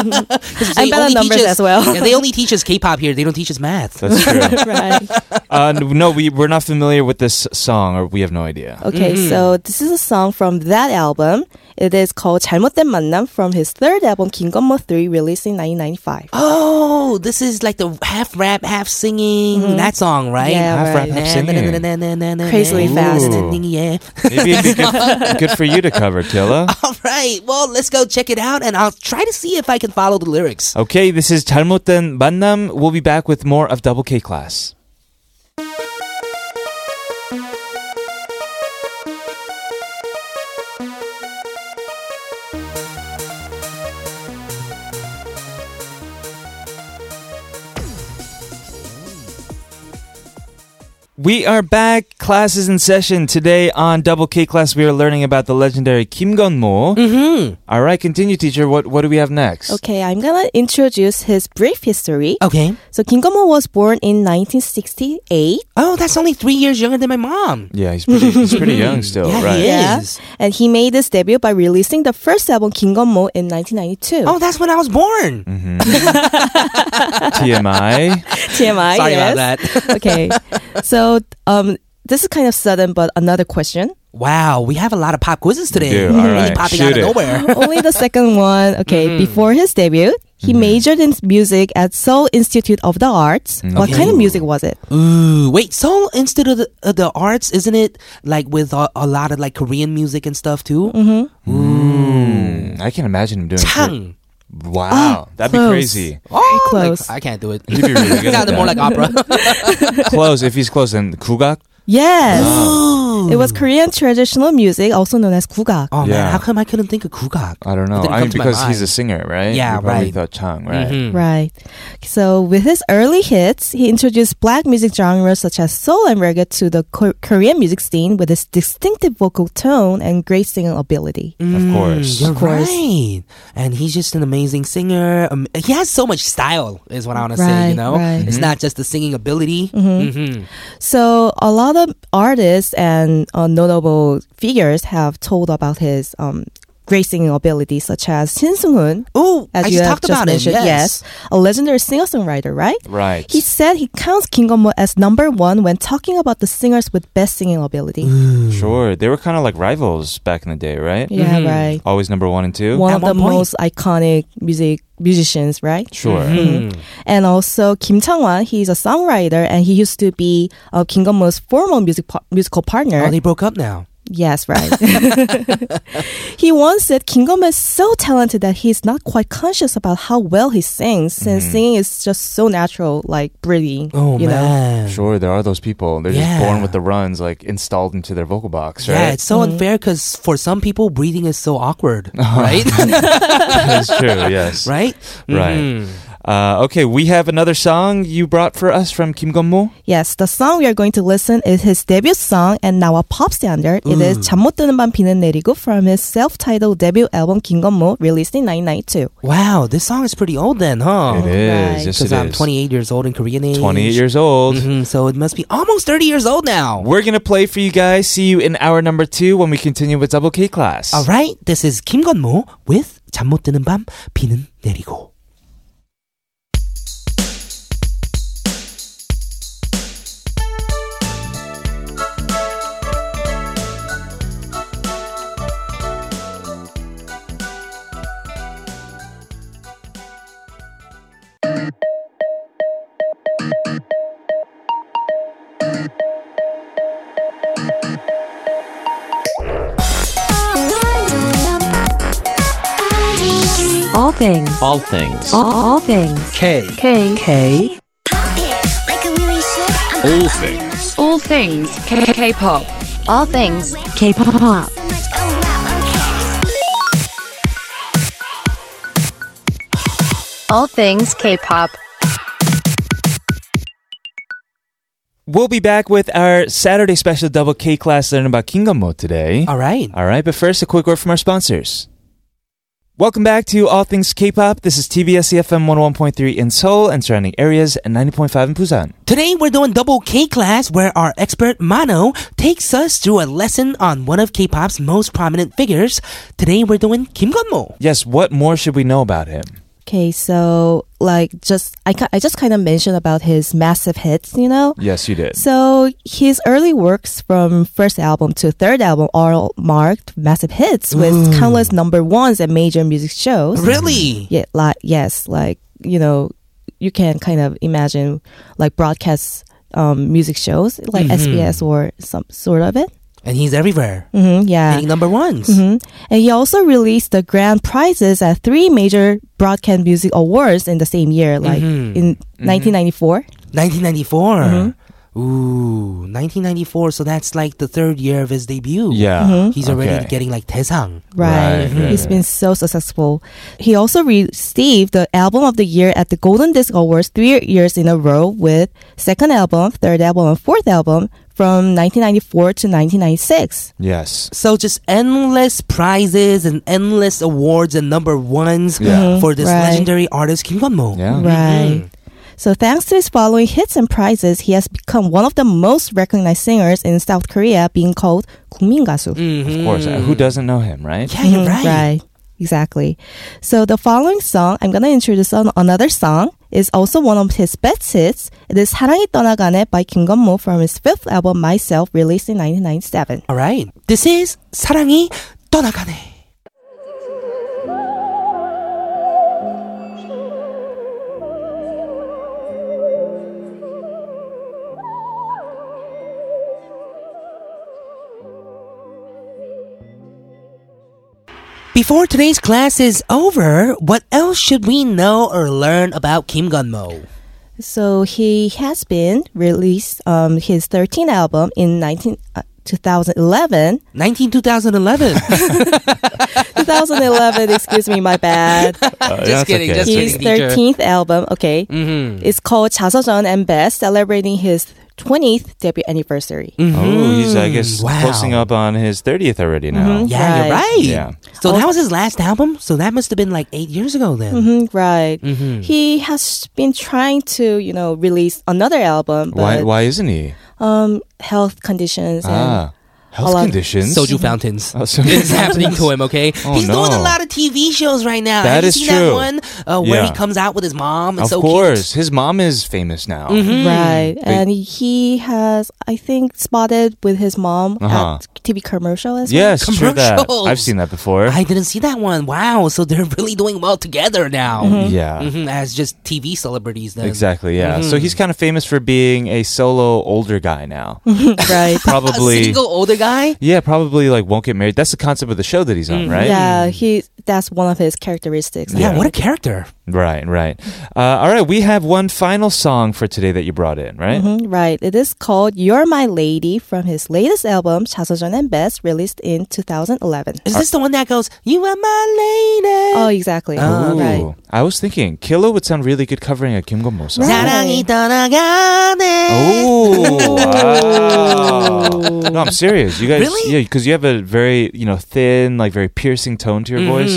[SPEAKER 5] bad at numbers as well.
[SPEAKER 2] yeah, they only teach us K-pop here. They don't teach us math.
[SPEAKER 1] That's true.
[SPEAKER 5] right.
[SPEAKER 1] uh, n- no, we, we're not familiar with this song, or we have no idea.
[SPEAKER 5] Okay,
[SPEAKER 2] Mm-hmm.
[SPEAKER 5] so this is a song from that album. It is called 잘못된 만남 from his third album 김건모 3 released in 1995.
[SPEAKER 2] Oh, this is like the half rap, half singing that song, right?
[SPEAKER 5] Mm-hmm. Yeah,
[SPEAKER 1] Half rap,
[SPEAKER 5] right.
[SPEAKER 1] half singing.
[SPEAKER 5] Crazily fast.
[SPEAKER 2] Yeah.
[SPEAKER 1] Maybe it'd be good, good for you to cover, Tilla.
[SPEAKER 2] All right. Well, let's go check it out, and I'll try to see if I can follow the lyrics.
[SPEAKER 1] Okay, this is 잘못된 만남. We'll be back with more of Double K Class. We are back. Class is in session today on Double K Class. We are learning about the legendary Kim Gun Mo. Mm-hmm. All right, continue, teacher. What what do we have next?
[SPEAKER 5] Okay, I'm gonna introduce his brief history.
[SPEAKER 2] Okay.
[SPEAKER 5] So 김건모 was born in 1968.
[SPEAKER 2] Oh, that's only three years younger than my mom.
[SPEAKER 1] Yeah, he's pretty. He's pretty young still,
[SPEAKER 2] Yeah, Oh, he
[SPEAKER 1] right?
[SPEAKER 2] is.
[SPEAKER 5] Yeah,
[SPEAKER 2] Yes.
[SPEAKER 5] and he made his debut by releasing the first album 김건모 in 1992.
[SPEAKER 2] Oh, that's when I was born.
[SPEAKER 1] TMI.
[SPEAKER 5] TMI.
[SPEAKER 2] Sorry
[SPEAKER 5] yes.
[SPEAKER 2] about that.
[SPEAKER 5] okay, so um, this is kind of sudden, but another question.
[SPEAKER 2] Wow, we have a lot of pop quizzes today.
[SPEAKER 1] do, all
[SPEAKER 2] Really
[SPEAKER 1] right.
[SPEAKER 2] popping
[SPEAKER 1] Shoot
[SPEAKER 2] out of
[SPEAKER 1] it.
[SPEAKER 2] nowhere.
[SPEAKER 5] Only the second one. Okay,
[SPEAKER 1] Mm-hmm.
[SPEAKER 5] before his debut, he majored in music at Seoul Institute of the Arts.
[SPEAKER 1] Mm-hmm.
[SPEAKER 5] What kind of music was it?
[SPEAKER 2] Ooh, wait, Seoul Institute of the, of the Arts, isn't it like with a, a lot of like Korean music and stuff too?
[SPEAKER 5] Mm-hmm.
[SPEAKER 1] Mm, I can imagine him doing. it.
[SPEAKER 2] Tang.
[SPEAKER 1] Wow, that'd be
[SPEAKER 5] close.
[SPEAKER 1] crazy.
[SPEAKER 2] Oh, like,
[SPEAKER 5] close.
[SPEAKER 2] I can't do it.
[SPEAKER 1] You'd be really good at
[SPEAKER 2] Sounded more
[SPEAKER 1] that.
[SPEAKER 2] like opera.
[SPEAKER 1] Close if he's close. And kugak.
[SPEAKER 5] Yes,
[SPEAKER 1] Oh.
[SPEAKER 5] it was Korean traditional music, also known as gugak.
[SPEAKER 2] Oh
[SPEAKER 1] Yeah.
[SPEAKER 2] man, how come I couldn't think of Kugak?
[SPEAKER 1] I don't know.
[SPEAKER 2] Didn't
[SPEAKER 1] I
[SPEAKER 2] come
[SPEAKER 1] mean,
[SPEAKER 2] to my
[SPEAKER 1] because he's
[SPEAKER 2] mind.
[SPEAKER 1] a singer, right?
[SPEAKER 2] Yeah,
[SPEAKER 1] You probably
[SPEAKER 2] right. Mm-hmm.
[SPEAKER 1] Thought Chang, right?
[SPEAKER 5] Right. So, with his early hits, he introduced black music genres such as soul and reggae to the Ko- Korean music scene with his distinctive vocal tone and great singing ability.
[SPEAKER 2] Mm,
[SPEAKER 1] Of course.
[SPEAKER 2] You're
[SPEAKER 5] Of course.
[SPEAKER 2] right. And he's just an amazing singer. Um, he has so much style, is what I want to say, you
[SPEAKER 5] Right,
[SPEAKER 2] know?
[SPEAKER 5] right.
[SPEAKER 1] Mm-hmm.
[SPEAKER 5] Mm-hmm.
[SPEAKER 2] It's not just the singing ability. Mhm.
[SPEAKER 5] So, a lot of artists and uh, notable figures have told about his um, great singing ability, such as Shin Sung Hoon,
[SPEAKER 2] Oh,
[SPEAKER 5] as
[SPEAKER 2] I
[SPEAKER 5] you
[SPEAKER 2] just
[SPEAKER 5] have
[SPEAKER 2] talked about
[SPEAKER 5] mentioned.
[SPEAKER 2] him.
[SPEAKER 5] yes. a legendary singer-songwriter, right?
[SPEAKER 1] Right.
[SPEAKER 5] He said he counts Kingomo as number one when talking about the singers with best singing ability.
[SPEAKER 1] Sure. They were kind of like rivals back in the day, right?
[SPEAKER 5] Yeah,
[SPEAKER 2] Mhm.
[SPEAKER 5] right.
[SPEAKER 1] Always number one and two.
[SPEAKER 5] One
[SPEAKER 2] At
[SPEAKER 5] of
[SPEAKER 2] one
[SPEAKER 5] the
[SPEAKER 2] point.
[SPEAKER 5] most iconic music musicians, right? Mm-hmm.
[SPEAKER 1] Sure.
[SPEAKER 2] Mm-hmm.
[SPEAKER 5] And also Kim Changwan, he's a songwriter and he used to be uh, Kingomo's former music par- musical partner.
[SPEAKER 2] Oh, they broke up now.
[SPEAKER 5] Yes, right. he once said Kingomo is so talented that he's not quite conscious about how well he sings, since singing is just so natural, like breathing.
[SPEAKER 2] Mm-hmm. Oh,
[SPEAKER 5] you know.
[SPEAKER 2] man.
[SPEAKER 1] Sure. There are those people. They're
[SPEAKER 2] Yeah.
[SPEAKER 1] just born with the runs, like installed into their vocal box, right?
[SPEAKER 2] Yeah, it's so unfair because for some people, breathing is so awkward, right?
[SPEAKER 1] Oh, That's true. Yes.
[SPEAKER 2] right? Mm-hmm.
[SPEAKER 1] Right. Uh, okay, we have another song you brought for us from Kim Gun Mo.
[SPEAKER 5] Yes, the song we are going to listen is his debut song and now a pop standard. It is 잠못 드는 밤 비는 내리고 from his self-titled debut album 김건모 released in 1992.
[SPEAKER 2] Wow, this song is pretty old then, huh?
[SPEAKER 1] It is.
[SPEAKER 5] right.
[SPEAKER 1] Yes, it
[SPEAKER 2] Because Oh, I'm
[SPEAKER 1] is.
[SPEAKER 2] 28 years old in Korean age.
[SPEAKER 1] 28 years old.
[SPEAKER 2] Mhm, so it must be almost 30 years old now.
[SPEAKER 1] We're going to play for you guys. See you in hour number two when we continue with Double K class.
[SPEAKER 2] All right, this is Kim Gun Mo with 잠 못 드는 밤 비는 내리고.
[SPEAKER 7] All things.
[SPEAKER 8] All things.
[SPEAKER 7] All, all things.
[SPEAKER 8] K.
[SPEAKER 7] K. K.
[SPEAKER 8] All things.
[SPEAKER 7] All things. K. K. Pop. All things. K. Pop. All things K. Pop.
[SPEAKER 1] We'll be back with our Saturday special double K class learning about Kingdom Mode today.
[SPEAKER 2] All right.
[SPEAKER 1] All right, but first, a quick word from our sponsors. Welcome back to All Things K-Pop. This is TBS EFM 101.3 in Seoul and surrounding areas and 90.5 in Busan.
[SPEAKER 2] Today we're doing double K class where our expert Mano takes us through a lesson on one of K-pop's most prominent figures. Today we're doing Kim Gunmo.
[SPEAKER 1] Yes, what more should we know about him?
[SPEAKER 5] Okay, so like just I ki- I just kind of mentioned about his massive hits, you know.
[SPEAKER 1] Yes, you did.
[SPEAKER 5] So his early works from first album to third album are marked massive hits with countless number ones at major music shows.
[SPEAKER 2] Really?
[SPEAKER 5] Yeah, like yes, like you know, you can kind of imagine like broadcast um, music shows like SBS or some sort of it.
[SPEAKER 2] And he's everywhere.
[SPEAKER 5] hmm yeah, Mm-hmm.
[SPEAKER 2] Hitting number ones.
[SPEAKER 5] and he also released the grand prizes at three major broadcast music awards in the same year, like in 1994.
[SPEAKER 2] 1994.
[SPEAKER 5] Mm-hmm.
[SPEAKER 2] Ooh, 1994. So that's like the third year of his debut.
[SPEAKER 1] Yeah.
[SPEAKER 5] Mm-hmm.
[SPEAKER 2] He's already
[SPEAKER 1] Okay.
[SPEAKER 2] getting like 대상.
[SPEAKER 1] Right,
[SPEAKER 5] Right.
[SPEAKER 1] right,
[SPEAKER 5] He's been so successful. He also received the album of the year at the Golden Disc Awards three years in a row with second album, third album, and fourth album from 1994 to 1996.
[SPEAKER 1] Yes.
[SPEAKER 2] So just endless prizes and endless awards and number ones
[SPEAKER 1] Yeah.
[SPEAKER 2] for this
[SPEAKER 5] Mm-hmm. Right.
[SPEAKER 2] legendary artist Kim Gunmo.
[SPEAKER 1] Yeah.
[SPEAKER 5] Right. So thanks to his following hits and prizes, he has become one of the most recognized singers in South Korea, being called 국민 가수.
[SPEAKER 1] Of course. Uh, Who doesn't know him, right?
[SPEAKER 2] Yeah, you're
[SPEAKER 5] Mhm,
[SPEAKER 2] right.
[SPEAKER 5] Exactly. So the following song, I'm gonna introduce on another song, is also one of his best hits. It is 사랑이 떠나가네 by Kim Gunmo from his fifth album Myself, released in 1997.
[SPEAKER 2] All right. This is 사랑이 떠나가네. Before today's class is over, what else should we know or learn about Kim Gunmo?
[SPEAKER 5] So he has been released um, his 13th album in 19, uh, 2011.
[SPEAKER 2] 19 2011.
[SPEAKER 5] 2011, excuse me, my bad.
[SPEAKER 1] Uh,
[SPEAKER 2] just kidding, just
[SPEAKER 5] His
[SPEAKER 2] kidding. teacher.
[SPEAKER 5] 13th album, okay, it's called 자서전 and Best, celebrating his 20th debut anniversary.
[SPEAKER 1] Oh, he's, I guess,
[SPEAKER 2] Mm-hmm. Wow. Mm-hmm.
[SPEAKER 1] closing up on his 30th already now.
[SPEAKER 2] Yeah, you're right.
[SPEAKER 1] Yeah.
[SPEAKER 2] So that was his last album. So that must have been like eight years ago then.
[SPEAKER 5] Mhm, right.
[SPEAKER 1] Mm-hmm.
[SPEAKER 5] He has been trying to, you know, release another album, but
[SPEAKER 1] Why, why isn't he?
[SPEAKER 5] um, health conditions and
[SPEAKER 1] Ah, health
[SPEAKER 5] lot-
[SPEAKER 1] conditions.
[SPEAKER 2] Soju fountains.
[SPEAKER 1] Oh, soju
[SPEAKER 2] it's happening to him. Okay,
[SPEAKER 1] Oh,
[SPEAKER 2] he's doing
[SPEAKER 1] no.
[SPEAKER 2] a lot of TV shows right now.
[SPEAKER 1] That
[SPEAKER 2] Have you
[SPEAKER 1] is
[SPEAKER 2] seen
[SPEAKER 1] true.
[SPEAKER 2] That one uh, where
[SPEAKER 1] Yeah.
[SPEAKER 2] he comes out with his mom. It's
[SPEAKER 1] Of
[SPEAKER 2] so Mm-hmm.
[SPEAKER 1] course. His mom is famous now.
[SPEAKER 5] Mm-hmm. right, and he has, I think, spotted with his mom
[SPEAKER 1] Uh-huh.
[SPEAKER 5] at TV commercial as
[SPEAKER 1] Yes, true that.
[SPEAKER 2] Commercials.
[SPEAKER 1] I've seen that before.
[SPEAKER 2] cute. I didn't see that one. Wow. So they're really doing well together now.
[SPEAKER 1] Yeah.
[SPEAKER 2] Mhm, as just TV celebrities, then.
[SPEAKER 1] Exactly, yeah. So
[SPEAKER 2] Mm-hmm.
[SPEAKER 1] he's kind of famous for being a solo older guy now.
[SPEAKER 5] well. right.
[SPEAKER 2] A
[SPEAKER 1] probably
[SPEAKER 2] single older guy.
[SPEAKER 1] Yeah, probably like won't get married. That's the concept of the show that he's on,
[SPEAKER 2] Mm-hmm.
[SPEAKER 1] right?
[SPEAKER 5] Yeah, he. That's one of his characteristics.
[SPEAKER 2] Yeah. What a character.
[SPEAKER 1] Right, right. Uh, all right, we have one final song for today that you brought in, right?
[SPEAKER 2] Mm-hmm.
[SPEAKER 5] Mhm, right. It is called "You're My Lady" from his latest album 자서전 and Best, released in 2011.
[SPEAKER 2] Is this the one that goes, "You are my lady"?
[SPEAKER 5] Oh, exactly.
[SPEAKER 1] Ah. Ooh.
[SPEAKER 5] Right.
[SPEAKER 1] I was thinking Kilo would sound really good covering a Kim Gonmo song.
[SPEAKER 5] Right.
[SPEAKER 2] 사랑이 떠나가네.
[SPEAKER 1] Oh, wow. No, I'm serious. You guys,
[SPEAKER 2] Really?
[SPEAKER 1] yeah, because you have a very, you know, thin, like very piercing tone to your voice.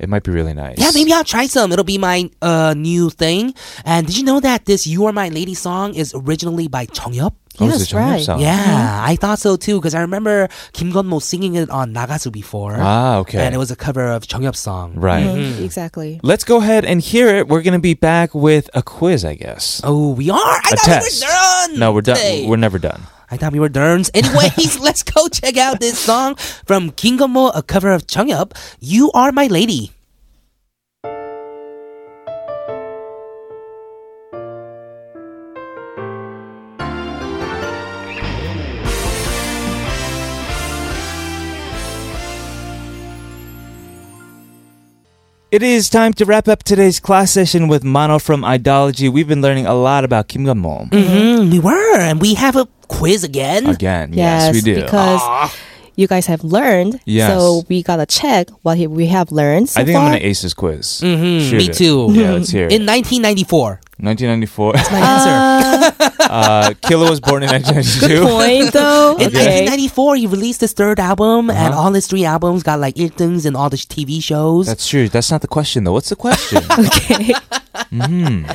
[SPEAKER 1] It might be really nice.
[SPEAKER 2] Mm-hmm. Yeah, maybe I'll try some. It'll be my uh, new thing. And did you know that this "You Are My Lady" song is originally by Chongyup?
[SPEAKER 1] Oh, it's a
[SPEAKER 5] Yes,
[SPEAKER 1] Jonghyun
[SPEAKER 5] right.
[SPEAKER 1] song.
[SPEAKER 2] Yeah, I thought so too because I remember Kim Gunmo singing it on Nagasu before.
[SPEAKER 1] Ah, okay.
[SPEAKER 2] And it was a cover of Chongyup's song.
[SPEAKER 1] right.
[SPEAKER 5] Mhm, Exactly.
[SPEAKER 2] Mm-hmm.
[SPEAKER 1] Let's go ahead and hear it. We're gonna be back with a quiz, I guess.
[SPEAKER 2] Oh, we are. I
[SPEAKER 1] A
[SPEAKER 2] thought
[SPEAKER 1] test.
[SPEAKER 2] we were done.
[SPEAKER 1] No, we're done.
[SPEAKER 2] today.
[SPEAKER 1] We're never done.
[SPEAKER 2] I thought we were done. Anyways, let's go check out this song from Kim Gunmo, a cover of Chongyup. You are my lady.
[SPEAKER 1] It is time to wrap up today's class session with Mono from Idology. We've been learning a lot about Kim Gun Mol
[SPEAKER 2] Mm, we were, and we have a quiz again.
[SPEAKER 1] again. Yes,
[SPEAKER 5] Yes,
[SPEAKER 1] we do.
[SPEAKER 5] because you guys have learned.
[SPEAKER 1] Yes.
[SPEAKER 5] So we gotta check what he- we have learned so
[SPEAKER 1] I think
[SPEAKER 5] far.
[SPEAKER 1] I'm gonna ace this quiz.
[SPEAKER 2] Mhm,
[SPEAKER 1] Shoot
[SPEAKER 2] me
[SPEAKER 1] it.
[SPEAKER 2] too.
[SPEAKER 1] Yeah, let's hear it.
[SPEAKER 2] In 1994.
[SPEAKER 1] 1994.
[SPEAKER 2] My answer.
[SPEAKER 1] uh, Killer was born in 1992.
[SPEAKER 5] Point though.
[SPEAKER 2] In
[SPEAKER 5] okay.
[SPEAKER 2] 1994, he released his third album, and all his three albums got like things in all the sh- TV shows.
[SPEAKER 1] Uh-huh. That's true. That's not the question though. What's the question?
[SPEAKER 5] okay.
[SPEAKER 1] Mm-hmm.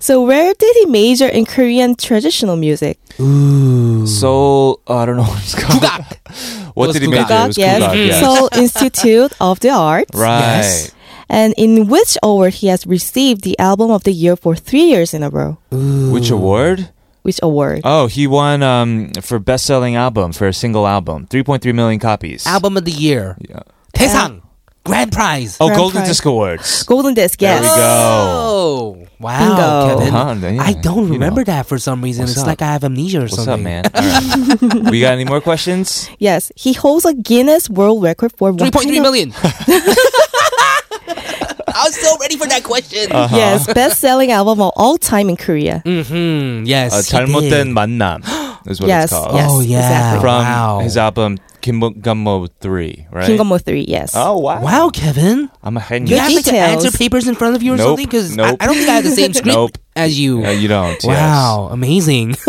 [SPEAKER 5] So where did he major in Korean traditional music?
[SPEAKER 1] Soul. Oh, I don't know what it's called. What
[SPEAKER 2] It was
[SPEAKER 1] did he major?
[SPEAKER 2] Kugak,
[SPEAKER 1] It was
[SPEAKER 5] yes. Mm-hmm.
[SPEAKER 1] Kugak, yes.
[SPEAKER 5] Seoul Institute of the Arts.
[SPEAKER 1] Right.
[SPEAKER 2] Yes.
[SPEAKER 5] And in which award he has received the album of the year for three years in a row?
[SPEAKER 1] Which award?
[SPEAKER 5] Which award?
[SPEAKER 1] Oh, he won um, for best-selling album for a single album, 3.3 million copies.
[SPEAKER 2] album of the year.
[SPEAKER 1] Yeah.
[SPEAKER 2] Taesang. Grand prize.
[SPEAKER 1] Oh,
[SPEAKER 5] Grand
[SPEAKER 1] Golden
[SPEAKER 5] Prize.
[SPEAKER 1] Disc Awards.
[SPEAKER 5] Golden Disc. Yes.
[SPEAKER 1] There we go.
[SPEAKER 2] Oh, wow,
[SPEAKER 5] Bingo.
[SPEAKER 2] Kevin.
[SPEAKER 1] Uh-huh, and then, yeah,
[SPEAKER 2] I don't
[SPEAKER 1] you
[SPEAKER 2] remember
[SPEAKER 1] know.
[SPEAKER 2] that for some reason.
[SPEAKER 1] What's
[SPEAKER 2] it's
[SPEAKER 1] up?
[SPEAKER 2] like I have amnesia or
[SPEAKER 1] What's
[SPEAKER 2] something.
[SPEAKER 1] up, man? All right. we got any more questions?
[SPEAKER 5] Yes. He holds a Guinness World Record for
[SPEAKER 2] Three point three
[SPEAKER 5] one-
[SPEAKER 2] million. I was so ready for that question.
[SPEAKER 1] Uh-huh.
[SPEAKER 5] Yes, best-selling album of all time in Korea.
[SPEAKER 2] mm-hmm. Yes.
[SPEAKER 1] Uh,
[SPEAKER 2] he
[SPEAKER 1] 잘못된
[SPEAKER 2] did.
[SPEAKER 1] 만남 is what it's
[SPEAKER 5] Yes,
[SPEAKER 1] called.
[SPEAKER 5] yes.
[SPEAKER 2] Oh yeah.
[SPEAKER 5] exactly.
[SPEAKER 1] From
[SPEAKER 2] wow.
[SPEAKER 1] his album Kim Gummo 3, right?
[SPEAKER 5] King of Mo 3, yes.
[SPEAKER 1] Oh, wow.
[SPEAKER 2] Wow, Kevin.
[SPEAKER 1] I'm a hen.
[SPEAKER 2] You have like,
[SPEAKER 5] details.
[SPEAKER 2] answer papers in front of you or
[SPEAKER 1] Nope,
[SPEAKER 2] something? Because
[SPEAKER 1] nope.
[SPEAKER 2] I, I don't think I have the same script
[SPEAKER 1] Nope.
[SPEAKER 2] as you.
[SPEAKER 1] No, you don't.
[SPEAKER 2] wow, amazing.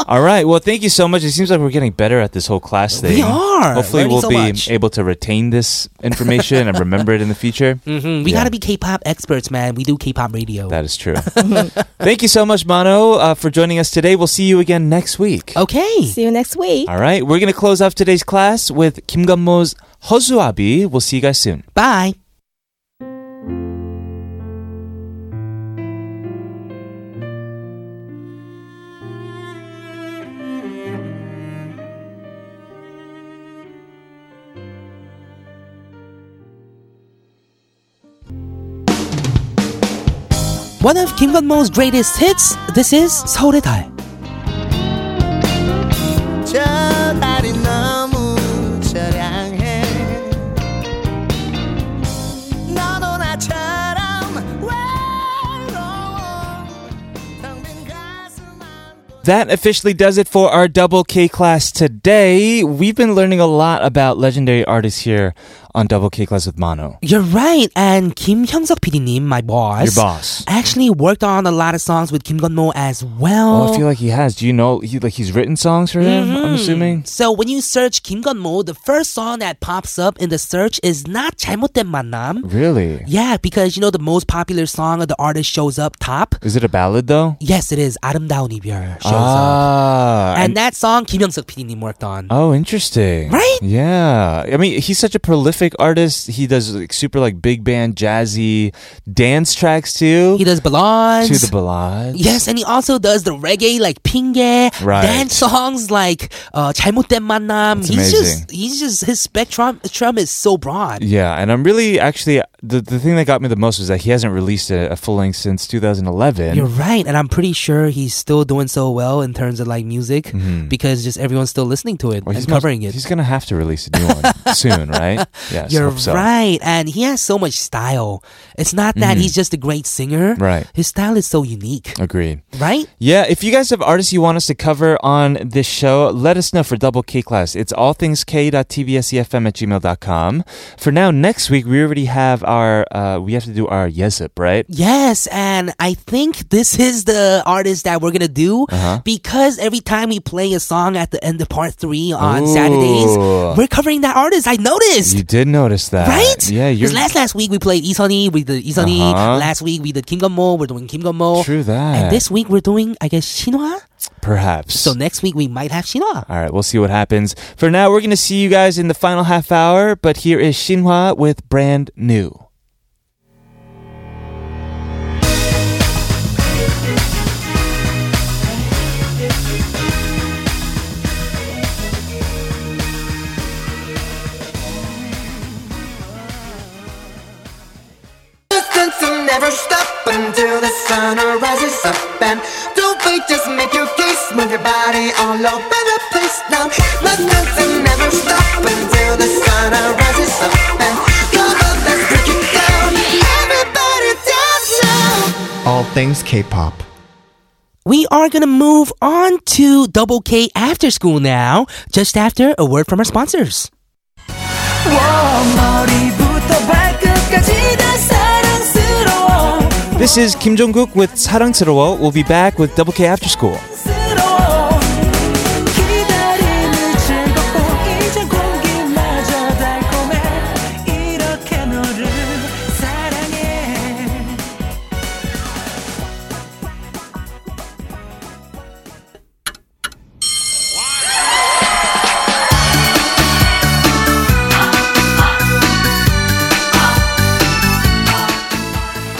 [SPEAKER 1] Yes. All right. Well, thank you so much. It seems like we're getting better at this whole class thing.
[SPEAKER 2] we are.
[SPEAKER 1] Hopefully,
[SPEAKER 2] learning
[SPEAKER 1] we'll
[SPEAKER 2] so
[SPEAKER 1] be
[SPEAKER 2] much.
[SPEAKER 1] able to retain this information and remember it in the future.
[SPEAKER 2] Mhm, We
[SPEAKER 1] Yeah.
[SPEAKER 2] gotta be K-pop experts, man. We do K-pop radio.
[SPEAKER 1] That is true. Thank you so much, Mono, uh, for joining us today. We'll see you again next week.
[SPEAKER 2] okay.
[SPEAKER 5] See you next week.
[SPEAKER 1] All right. We're going to close off today's class with Kim Gammo's Hosuabi. We'll see you guys soon.
[SPEAKER 2] Bye. One of Kim Gun-mo's greatest hits, this is 서울의 달.
[SPEAKER 6] 저 달이 너무 저량해 너도 나처럼 외로워 텅빈 가슴 안
[SPEAKER 1] That officially does it for our Double K class today. We've been learning a lot about legendary artists here on Double K class with Mono.
[SPEAKER 2] You're right, and Kim Hyung-suk PD님, my boss.
[SPEAKER 1] Your boss.
[SPEAKER 2] actually worked on a lot of songs with Kim Gun-mo as well.
[SPEAKER 1] Oh, I feel like he has. Do you know? He, like he's written songs for him.
[SPEAKER 2] Mm-hmm.
[SPEAKER 1] I'm assuming.
[SPEAKER 2] Hmm. so when you search Kim Gun-mo, the first song that pops up in the search is not 잘못된 만남.
[SPEAKER 1] Really?
[SPEAKER 2] Yeah, because you know the most popular song of the artist shows up top.
[SPEAKER 1] Is it a ballad though?
[SPEAKER 2] Yes, it is 아름다운 이별 shows up.
[SPEAKER 1] ah,
[SPEAKER 2] And that song Kim Young-suk PD님 worked on.
[SPEAKER 1] Oh, interesting.
[SPEAKER 2] Right?
[SPEAKER 1] Yeah. I mean, he's such a prolific artist. He does like super like big band, jazzy dance tracks too.
[SPEAKER 2] he does Belongs.
[SPEAKER 1] to the ballads.
[SPEAKER 2] Yes, and he also does the reggae like Pinge,
[SPEAKER 1] Right.
[SPEAKER 2] dance songs like uh, 잘못된 만남.
[SPEAKER 1] That's
[SPEAKER 2] he's
[SPEAKER 1] amazing.
[SPEAKER 2] just he's just his spectrum spectrum is so broad.
[SPEAKER 1] Yeah, and I'm really actually the the thing that got me the most was that he hasn't released a, a full length since 2011.
[SPEAKER 2] You're right, and I'm pretty sure he's still doing so well in terms of like music because just everyone's still listening to
[SPEAKER 1] Mm-hmm.
[SPEAKER 2] it
[SPEAKER 1] Well,
[SPEAKER 2] and
[SPEAKER 1] must-
[SPEAKER 2] covering it.
[SPEAKER 1] He's gonna have to release a new one soon, right? Yes,
[SPEAKER 2] You're
[SPEAKER 1] hope so.
[SPEAKER 2] right, and he has so much style. It's not that
[SPEAKER 1] Mhm.
[SPEAKER 2] he's just a great singer.
[SPEAKER 1] Right.
[SPEAKER 2] his style is so unique.
[SPEAKER 1] Agreed.
[SPEAKER 2] Right?
[SPEAKER 1] Yeah, if you guys have artists you want us to cover on this show, let us know for Double K Class. It's allthingsk.tbsefm at gmail.com. For now, next week, we already have our, uh, we have to do our Yesip, right?
[SPEAKER 2] Yes, and I think this is the artist that we're gonna do
[SPEAKER 1] Uh-huh.
[SPEAKER 2] because every time we play a song at the end of part three on
[SPEAKER 1] Ooh.
[SPEAKER 2] Saturdays, we're covering that artist. I noticed.
[SPEAKER 1] You did notice that.
[SPEAKER 2] Right?
[SPEAKER 1] Yeah, you're.
[SPEAKER 2] Because last last week we played Isoni, we did Isoni.
[SPEAKER 1] Uh-huh.
[SPEAKER 2] Last week we did Kim Gun Mo, we're doing Kim Gun Mo.
[SPEAKER 1] True that.
[SPEAKER 2] And this week we're doing, I guess, Shinhwa.
[SPEAKER 1] Perhaps.
[SPEAKER 2] So next week we might have Shinhwa.
[SPEAKER 1] All right, we'll see what happens. For now, we're going to see you guys in the final half hour, but here is Shinhwa with Brand New.
[SPEAKER 6] Distance will never stop until the sun rises up and don't wait, just make your case, move your body all over the place now. Let nothing never stop until the sun rises up and come on, let's break it down.
[SPEAKER 9] things K-pop.
[SPEAKER 2] We are going to move on to Double K After School now, just after a word from our sponsors.
[SPEAKER 10] 머리부터 발끝까지 다 사랑스러워
[SPEAKER 1] This is Kim Jong-guk with 사랑스러워. We'll be back with Double K After School.
[SPEAKER 10] 스러워 기다림이 즐겁고 이제 공기마저 달콤해 이렇게 너를 사랑해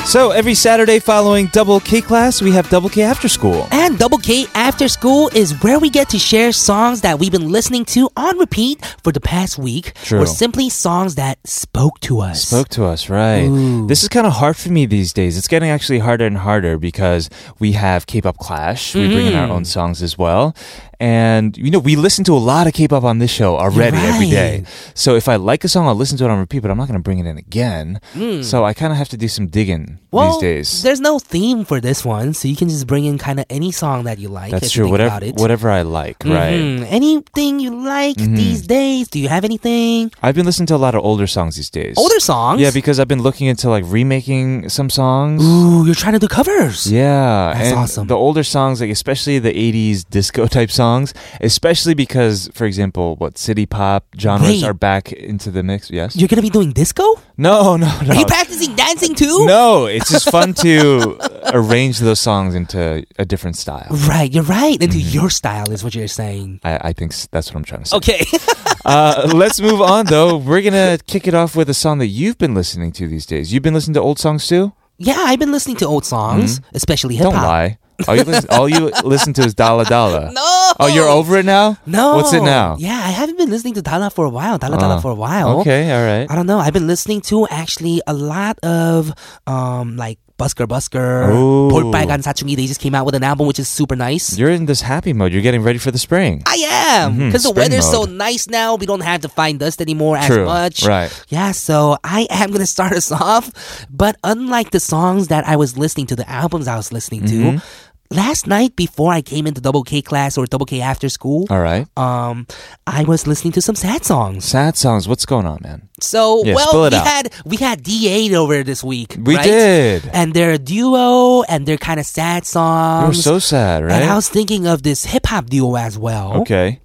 [SPEAKER 1] So every Saturday following Double K class, we have Double K After School.
[SPEAKER 2] And Double K After School is where we get to share songs that we've been listening to on repeat for the past week,
[SPEAKER 1] True.
[SPEAKER 2] or simply songs that spoke to us.
[SPEAKER 1] Spoke to us, right?
[SPEAKER 2] Ooh.
[SPEAKER 1] This is kind of hard for me these days. It's getting actually harder and harder because we have K-pop Clash. We bring in our
[SPEAKER 2] Mm.
[SPEAKER 1] own songs as well, and you know we listen to a lot of K-pop on this show already every day. So if I like a song, I'll listen to it on repeat, but I'm not going to bring it in again. So I kind of have to do some digging
[SPEAKER 2] Mm. well,
[SPEAKER 1] these days.
[SPEAKER 2] there's no theme for this one, so you can just bring in kind of any song that you like.
[SPEAKER 1] That's
[SPEAKER 2] if
[SPEAKER 1] true.
[SPEAKER 2] you think
[SPEAKER 1] Whatever,
[SPEAKER 2] about it.
[SPEAKER 1] whatever I like, right? Mm-hmm.
[SPEAKER 2] Mhm. Anything you like these days? Do you have anything?
[SPEAKER 1] I've been listening to a lot of older songs these days.
[SPEAKER 2] Older songs?
[SPEAKER 1] Yeah, because I've been looking into like remaking some songs.
[SPEAKER 2] Ooh, you're trying to do covers.
[SPEAKER 1] Yeah,
[SPEAKER 2] That's
[SPEAKER 1] and
[SPEAKER 2] awesome.
[SPEAKER 1] The older songs, like especially the '80s disco type songs, especially because, for example, what city pop genres
[SPEAKER 2] Wait.
[SPEAKER 1] are back into the mix. Yes.
[SPEAKER 2] You're gonna be doing disco?
[SPEAKER 1] no, no, no.
[SPEAKER 2] Are you practicing dancing too?
[SPEAKER 1] no, it's just fun to arrange those songs into a different style.
[SPEAKER 2] Right, you're right. Into
[SPEAKER 1] Mm-hmm.
[SPEAKER 2] your style is what you're saying.
[SPEAKER 1] I, I think s- that's what I'm trying to say.
[SPEAKER 2] Okay.
[SPEAKER 1] Uh, let's move on, though. We're gonna kick it off with a song that you've been listening to these days. You've been listening to old songs too.
[SPEAKER 2] yeah, I've been listening to old songs, especially hip hop.
[SPEAKER 1] Mm-hmm. Don't lie. All you, listen, all you listen to is Dala Dala.
[SPEAKER 2] No.
[SPEAKER 1] Oh, you're over it now?
[SPEAKER 2] No.
[SPEAKER 1] What's it now?
[SPEAKER 2] Yeah, I haven't been listening to Dala for a while. Dala Dala
[SPEAKER 1] Uh,
[SPEAKER 2] for a while.
[SPEAKER 1] Okay, all right.
[SPEAKER 2] I don't know. I've been listening to actually a lot of um like Busker Busker,
[SPEAKER 1] Ooh.
[SPEAKER 2] 볼빨간 사춘기. They just came out with an album which is super nice.
[SPEAKER 1] You're in this happy mode. You're getting ready for the spring.
[SPEAKER 2] I am
[SPEAKER 1] Mhm,
[SPEAKER 2] because the
[SPEAKER 1] spring
[SPEAKER 2] weather's so
[SPEAKER 1] mode.
[SPEAKER 2] nice now. We don't have to find dust anymore
[SPEAKER 1] True,
[SPEAKER 2] as much.
[SPEAKER 1] right.
[SPEAKER 2] Yeah. So I am gonna start us off, but unlike the songs that I was listening to, the albums I was listening
[SPEAKER 1] Mm-hmm.
[SPEAKER 2] to. Last night, before I came into Double K class or Double K after school,
[SPEAKER 1] All right.
[SPEAKER 2] um, I was listening to some sad songs.
[SPEAKER 1] Sad songs. What's going on, man?
[SPEAKER 2] So,
[SPEAKER 1] Yeah,
[SPEAKER 2] well,
[SPEAKER 1] spill it
[SPEAKER 2] we
[SPEAKER 1] out.
[SPEAKER 2] had we had D8 over this week.
[SPEAKER 1] We
[SPEAKER 2] right?
[SPEAKER 1] did.
[SPEAKER 2] and they're a duo, and they're kind of sad
[SPEAKER 1] You were
[SPEAKER 2] songs.
[SPEAKER 1] so sad, right?
[SPEAKER 2] And I was thinking of this hip hop duo as well.
[SPEAKER 1] okay.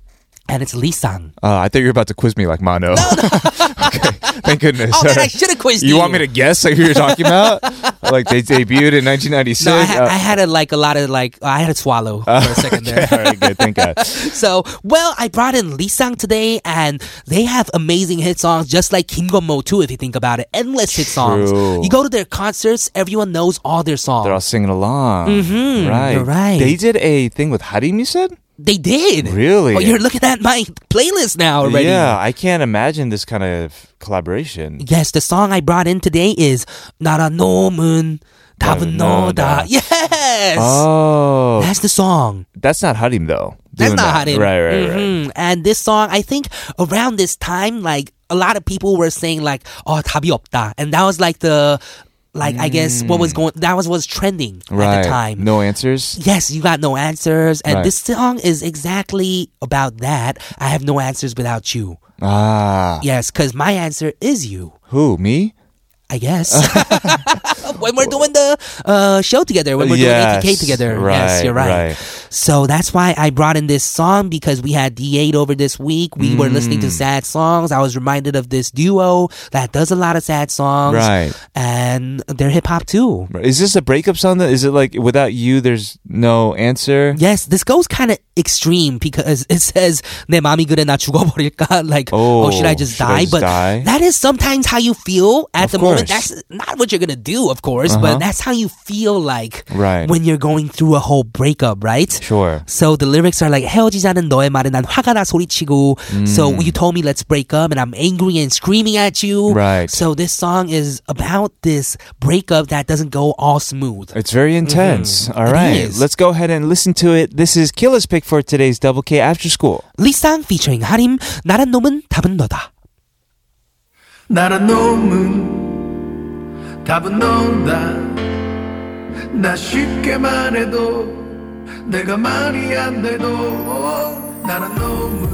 [SPEAKER 2] and it's Lee Sang.
[SPEAKER 1] Uh, I thought you were about to quiz me like Mono. okay. Thank goodness.
[SPEAKER 2] Oh,
[SPEAKER 1] All
[SPEAKER 2] then I
[SPEAKER 1] right.
[SPEAKER 2] should have quizzed you.
[SPEAKER 1] You want me to guess like who you're talking about? like they debuted in 1996.
[SPEAKER 2] No, I, ha-
[SPEAKER 1] Uh,
[SPEAKER 2] I had a, like a lot of like oh, I had to swallow for a second
[SPEAKER 1] okay,
[SPEAKER 2] there.
[SPEAKER 1] all right, good. Thank God.
[SPEAKER 2] So well, I brought in Lee Sang today, and they have amazing hit songs, just like Kim Gon Mo too. If you think about it, endless hit songs.
[SPEAKER 1] True.
[SPEAKER 2] You go to their concerts, everyone knows all their songs.
[SPEAKER 1] They're all singing along.
[SPEAKER 2] Mhm,
[SPEAKER 1] Right.
[SPEAKER 2] you're right.
[SPEAKER 1] They did a thing with Harim, you said?
[SPEAKER 2] they did
[SPEAKER 1] Really?
[SPEAKER 2] Oh, you're looking at my playlist now already.
[SPEAKER 1] Yeah, I can't imagine this kind of collaboration.
[SPEAKER 2] Yes, the song I brought in today is "나라 노문 답은
[SPEAKER 1] 답은 너다."
[SPEAKER 2] 너다." Yes.
[SPEAKER 1] Oh,
[SPEAKER 2] That's the song.
[SPEAKER 1] that's not Harim though.
[SPEAKER 2] That's
[SPEAKER 1] Doing
[SPEAKER 2] not
[SPEAKER 1] that.
[SPEAKER 2] hot in.
[SPEAKER 1] Right, right, right.
[SPEAKER 2] Mhm. And this song, I think around this time, like a lot of people were saying like, "Oh, 답이 없다," and that was like the, like I guess what was going, that was was trending
[SPEAKER 1] Mm. Right.
[SPEAKER 2] at the time.
[SPEAKER 1] No answers.
[SPEAKER 2] Yes, you got no answers, and
[SPEAKER 1] Right.
[SPEAKER 2] this song is exactly about that. I have no answers without you.
[SPEAKER 1] Ah,
[SPEAKER 2] Yes, because my answer is you.
[SPEAKER 1] who me?
[SPEAKER 2] I guess when we're doing the uh, show together, when we're
[SPEAKER 1] Yes,
[SPEAKER 2] doing ATK together. yes,
[SPEAKER 1] right,
[SPEAKER 2] you're right.
[SPEAKER 1] right.
[SPEAKER 2] So that's why I brought in this song because we had D8 over this week. We were listening
[SPEAKER 1] Mm.
[SPEAKER 2] to sad songs. I was reminded of this duo that does a lot of sad songs,
[SPEAKER 1] Right.
[SPEAKER 2] And they're hip hop too.
[SPEAKER 1] Is this a breakup song? That is it like without you, there's no answer.
[SPEAKER 2] Yes, this goes kind of extreme because it says 내 마음이 그래 나 죽어버릴까 like oh,
[SPEAKER 1] Oh,
[SPEAKER 2] should I just
[SPEAKER 1] should
[SPEAKER 2] die?
[SPEAKER 1] I just
[SPEAKER 2] but
[SPEAKER 1] die?
[SPEAKER 2] that is sometimes how you feel at
[SPEAKER 1] Of
[SPEAKER 2] the moment.
[SPEAKER 1] course.
[SPEAKER 2] That's not what you're gonna do, of course, but
[SPEAKER 1] Uh-huh.
[SPEAKER 2] that's how you feel like
[SPEAKER 1] Right.
[SPEAKER 2] when you're going through a whole breakup, right?
[SPEAKER 1] Sure.
[SPEAKER 2] So the lyrics are like 헤어지자는 너의 말에 난 화가 나 소리치고 So
[SPEAKER 1] Mm.
[SPEAKER 2] you told me let's break up and I'm angry and screaming at you.
[SPEAKER 1] Right.
[SPEAKER 2] So this song is about this breakup that doesn't go all smooth.
[SPEAKER 1] It's very intense. All
[SPEAKER 2] Mm-hmm. It
[SPEAKER 1] right,
[SPEAKER 2] is.
[SPEAKER 1] let's go ahead and listen to it. This is Killer's pick for today's Double K After School.
[SPEAKER 2] 리쌍 featuring 하림 나란 놈은 답은 너다.
[SPEAKER 11] 나란 놈은 답은 너다
[SPEAKER 9] 나 쉽게 말해도 내가 말이 안 돼도 나란 너무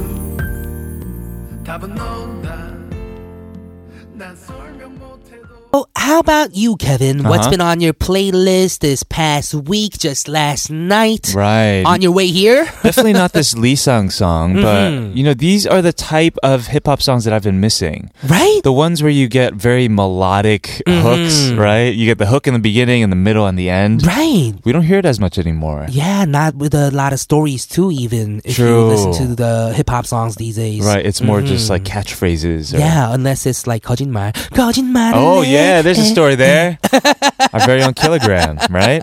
[SPEAKER 9] 답은 넌다 난 설명 못해도
[SPEAKER 2] Oh, how about you, Kevin? What's
[SPEAKER 1] Uh-huh.
[SPEAKER 2] been on your playlist this past week, just last night?
[SPEAKER 1] Right.
[SPEAKER 2] On your way here?
[SPEAKER 1] Definitely not this Lee Sung song, but
[SPEAKER 2] Mm-hmm.
[SPEAKER 1] you know, these are the type of hip hop songs that I've been missing.
[SPEAKER 2] Right?
[SPEAKER 1] The ones where you get very melodic
[SPEAKER 2] Mm-hmm.
[SPEAKER 1] hooks, right? You get the hook in the beginning and the middle and the end.
[SPEAKER 2] Right.
[SPEAKER 1] We don't hear it as much anymore.
[SPEAKER 2] Yeah, not with a lot of stories too, even if you
[SPEAKER 1] True.
[SPEAKER 2] listen to the hip hop songs these days.
[SPEAKER 1] Right. It's more just like catchphrases. Or,
[SPEAKER 2] Mm. Yeah, unless it's like 거짓말. 거짓말을
[SPEAKER 1] Oh
[SPEAKER 2] 해.
[SPEAKER 1] yeah, there's a story there. Our very own kilogram, right?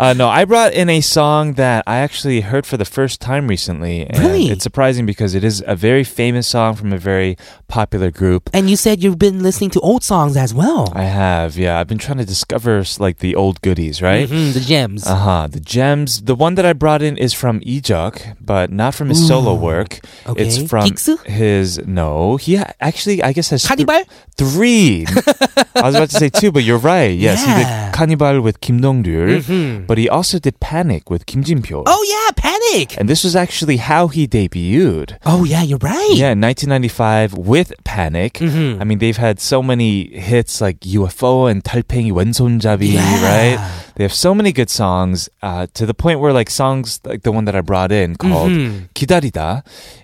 [SPEAKER 1] Uh, no, I brought in a song that I actually heard for the first time recently, and
[SPEAKER 2] Really?
[SPEAKER 1] it's surprising because it is a very famous song from a very popular group.
[SPEAKER 2] And you said you've been listening to old songs as well.
[SPEAKER 1] I have, yeah. I've been trying to discover s- like the old goodies, right?
[SPEAKER 2] Mhm, the gems.
[SPEAKER 1] Uh huh. The gems. The one that I brought in is from Ejuk, but not from his solo work. It's
[SPEAKER 2] Okay.
[SPEAKER 1] from
[SPEAKER 2] Gigsu?
[SPEAKER 1] his. No, he ha- actually, I guess, has th-
[SPEAKER 2] Hannibal?
[SPEAKER 1] three. I was about to say two, but you're right. Yes,
[SPEAKER 2] Yeah. Mm-hmm.
[SPEAKER 1] he did Cannibal with Kim Dong Ryul, but he also did Panic with Kim Jin Pyo.
[SPEAKER 2] oh yeah, Panic.
[SPEAKER 1] And this was actually how he debuted.
[SPEAKER 2] Oh yeah, you're right.
[SPEAKER 1] Yeah, in 1995 with Panic.
[SPEAKER 2] Mm-hmm.
[SPEAKER 1] I mean, they've had so many hits like UFO and 달팽이 왼손잡이,
[SPEAKER 2] Yeah.
[SPEAKER 1] right? They have so many good songs uh, to the point where like songs like the one that I brought in called
[SPEAKER 2] Mm-hmm.
[SPEAKER 1] 기다리다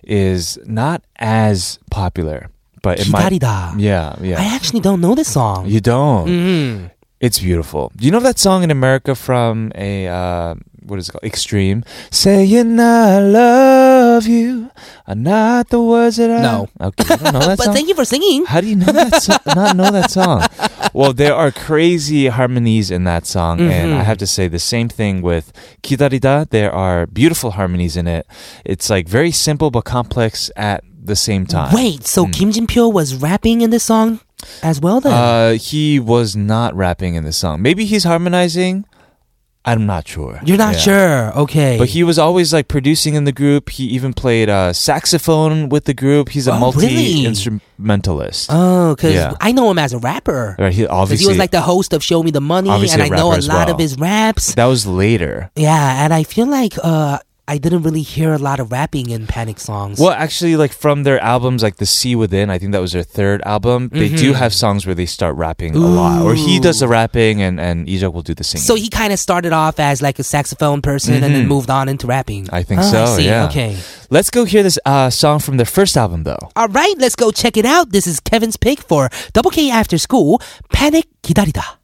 [SPEAKER 1] is not as popular. But it
[SPEAKER 2] 기다리다.
[SPEAKER 1] might, yeah, yeah.
[SPEAKER 2] I actually don't know this song.
[SPEAKER 1] you don't.
[SPEAKER 2] Mhm.
[SPEAKER 1] It's beautiful. Do you know that song in America from a uh, what is it called? Extreme. Saying I love you are not the words that I
[SPEAKER 2] No.
[SPEAKER 1] Okay, you don't know that
[SPEAKER 2] But
[SPEAKER 1] song.
[SPEAKER 2] thank you for singing.
[SPEAKER 1] How do you know that so- not know that song? Well, there are crazy harmonies in that song,
[SPEAKER 2] Mm-hmm.
[SPEAKER 1] and I have to say the same thing with Kidarida. There are beautiful harmonies in it. It's like very simple but complex at the same time. Hmm.
[SPEAKER 2] Wait, so Kim Jin Pyo was rapping in this song as well then?
[SPEAKER 1] Uh, he was not rapping in the song. Maybe he's harmonizing. I'm not sure.
[SPEAKER 2] you're not
[SPEAKER 1] Yeah.
[SPEAKER 2] sure. Okay.
[SPEAKER 1] But he was always like producing in the group. He even played uh, saxophone with the group. He's a
[SPEAKER 2] Oh, really?
[SPEAKER 1] multi instrumentalist.
[SPEAKER 2] Oh, because
[SPEAKER 1] Yeah.
[SPEAKER 2] I know him as a rapper.
[SPEAKER 1] right, he
[SPEAKER 2] Because
[SPEAKER 1] obviously
[SPEAKER 2] he was like the host of Show Me the Money, and
[SPEAKER 1] obviously
[SPEAKER 2] I
[SPEAKER 1] a
[SPEAKER 2] know a
[SPEAKER 1] rapper as
[SPEAKER 2] lot of
[SPEAKER 1] well.
[SPEAKER 2] his raps.
[SPEAKER 1] that was later.
[SPEAKER 2] Yeah, and I feel like uh, I didn't really hear a lot of rapping in Panic songs.
[SPEAKER 1] Well, actually, like from their albums, like the Sea Within, I think that was their third album. They
[SPEAKER 2] Mm-hmm.
[SPEAKER 1] do have songs where they start rapping a lot, or he does the rapping and and Ijeok will do the singing.
[SPEAKER 2] So he kind of started off as like a saxophone person and then moved on into rapping.
[SPEAKER 1] Mm-hmm. I think
[SPEAKER 2] Ah,
[SPEAKER 1] so.
[SPEAKER 2] I see.
[SPEAKER 1] Yeah.
[SPEAKER 2] Okay.
[SPEAKER 1] Let's go hear this uh, song from their first album, though.
[SPEAKER 2] All right, let's go check it out. This is Kevin's pick for Double K After School. Panic 기다리다.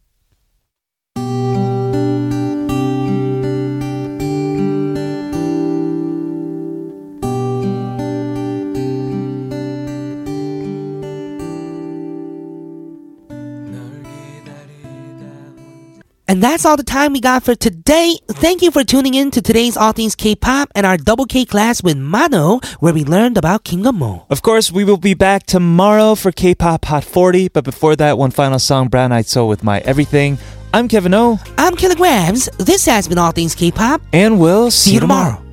[SPEAKER 2] And that's all the time we got for today. Thank you for tuning in to today's All Things K-Pop and our Double K class with Mano, where we learned about Kingdom Mo.
[SPEAKER 1] Of course, we will be back tomorrow for K-pop Hot 40, but before that, one final song, Brown Eyed Soul with My Everything. I'm Kevin O,
[SPEAKER 2] I'm Kilograms. This has been All Things K-Pop.
[SPEAKER 1] and we'll see,
[SPEAKER 2] See you tomorrow.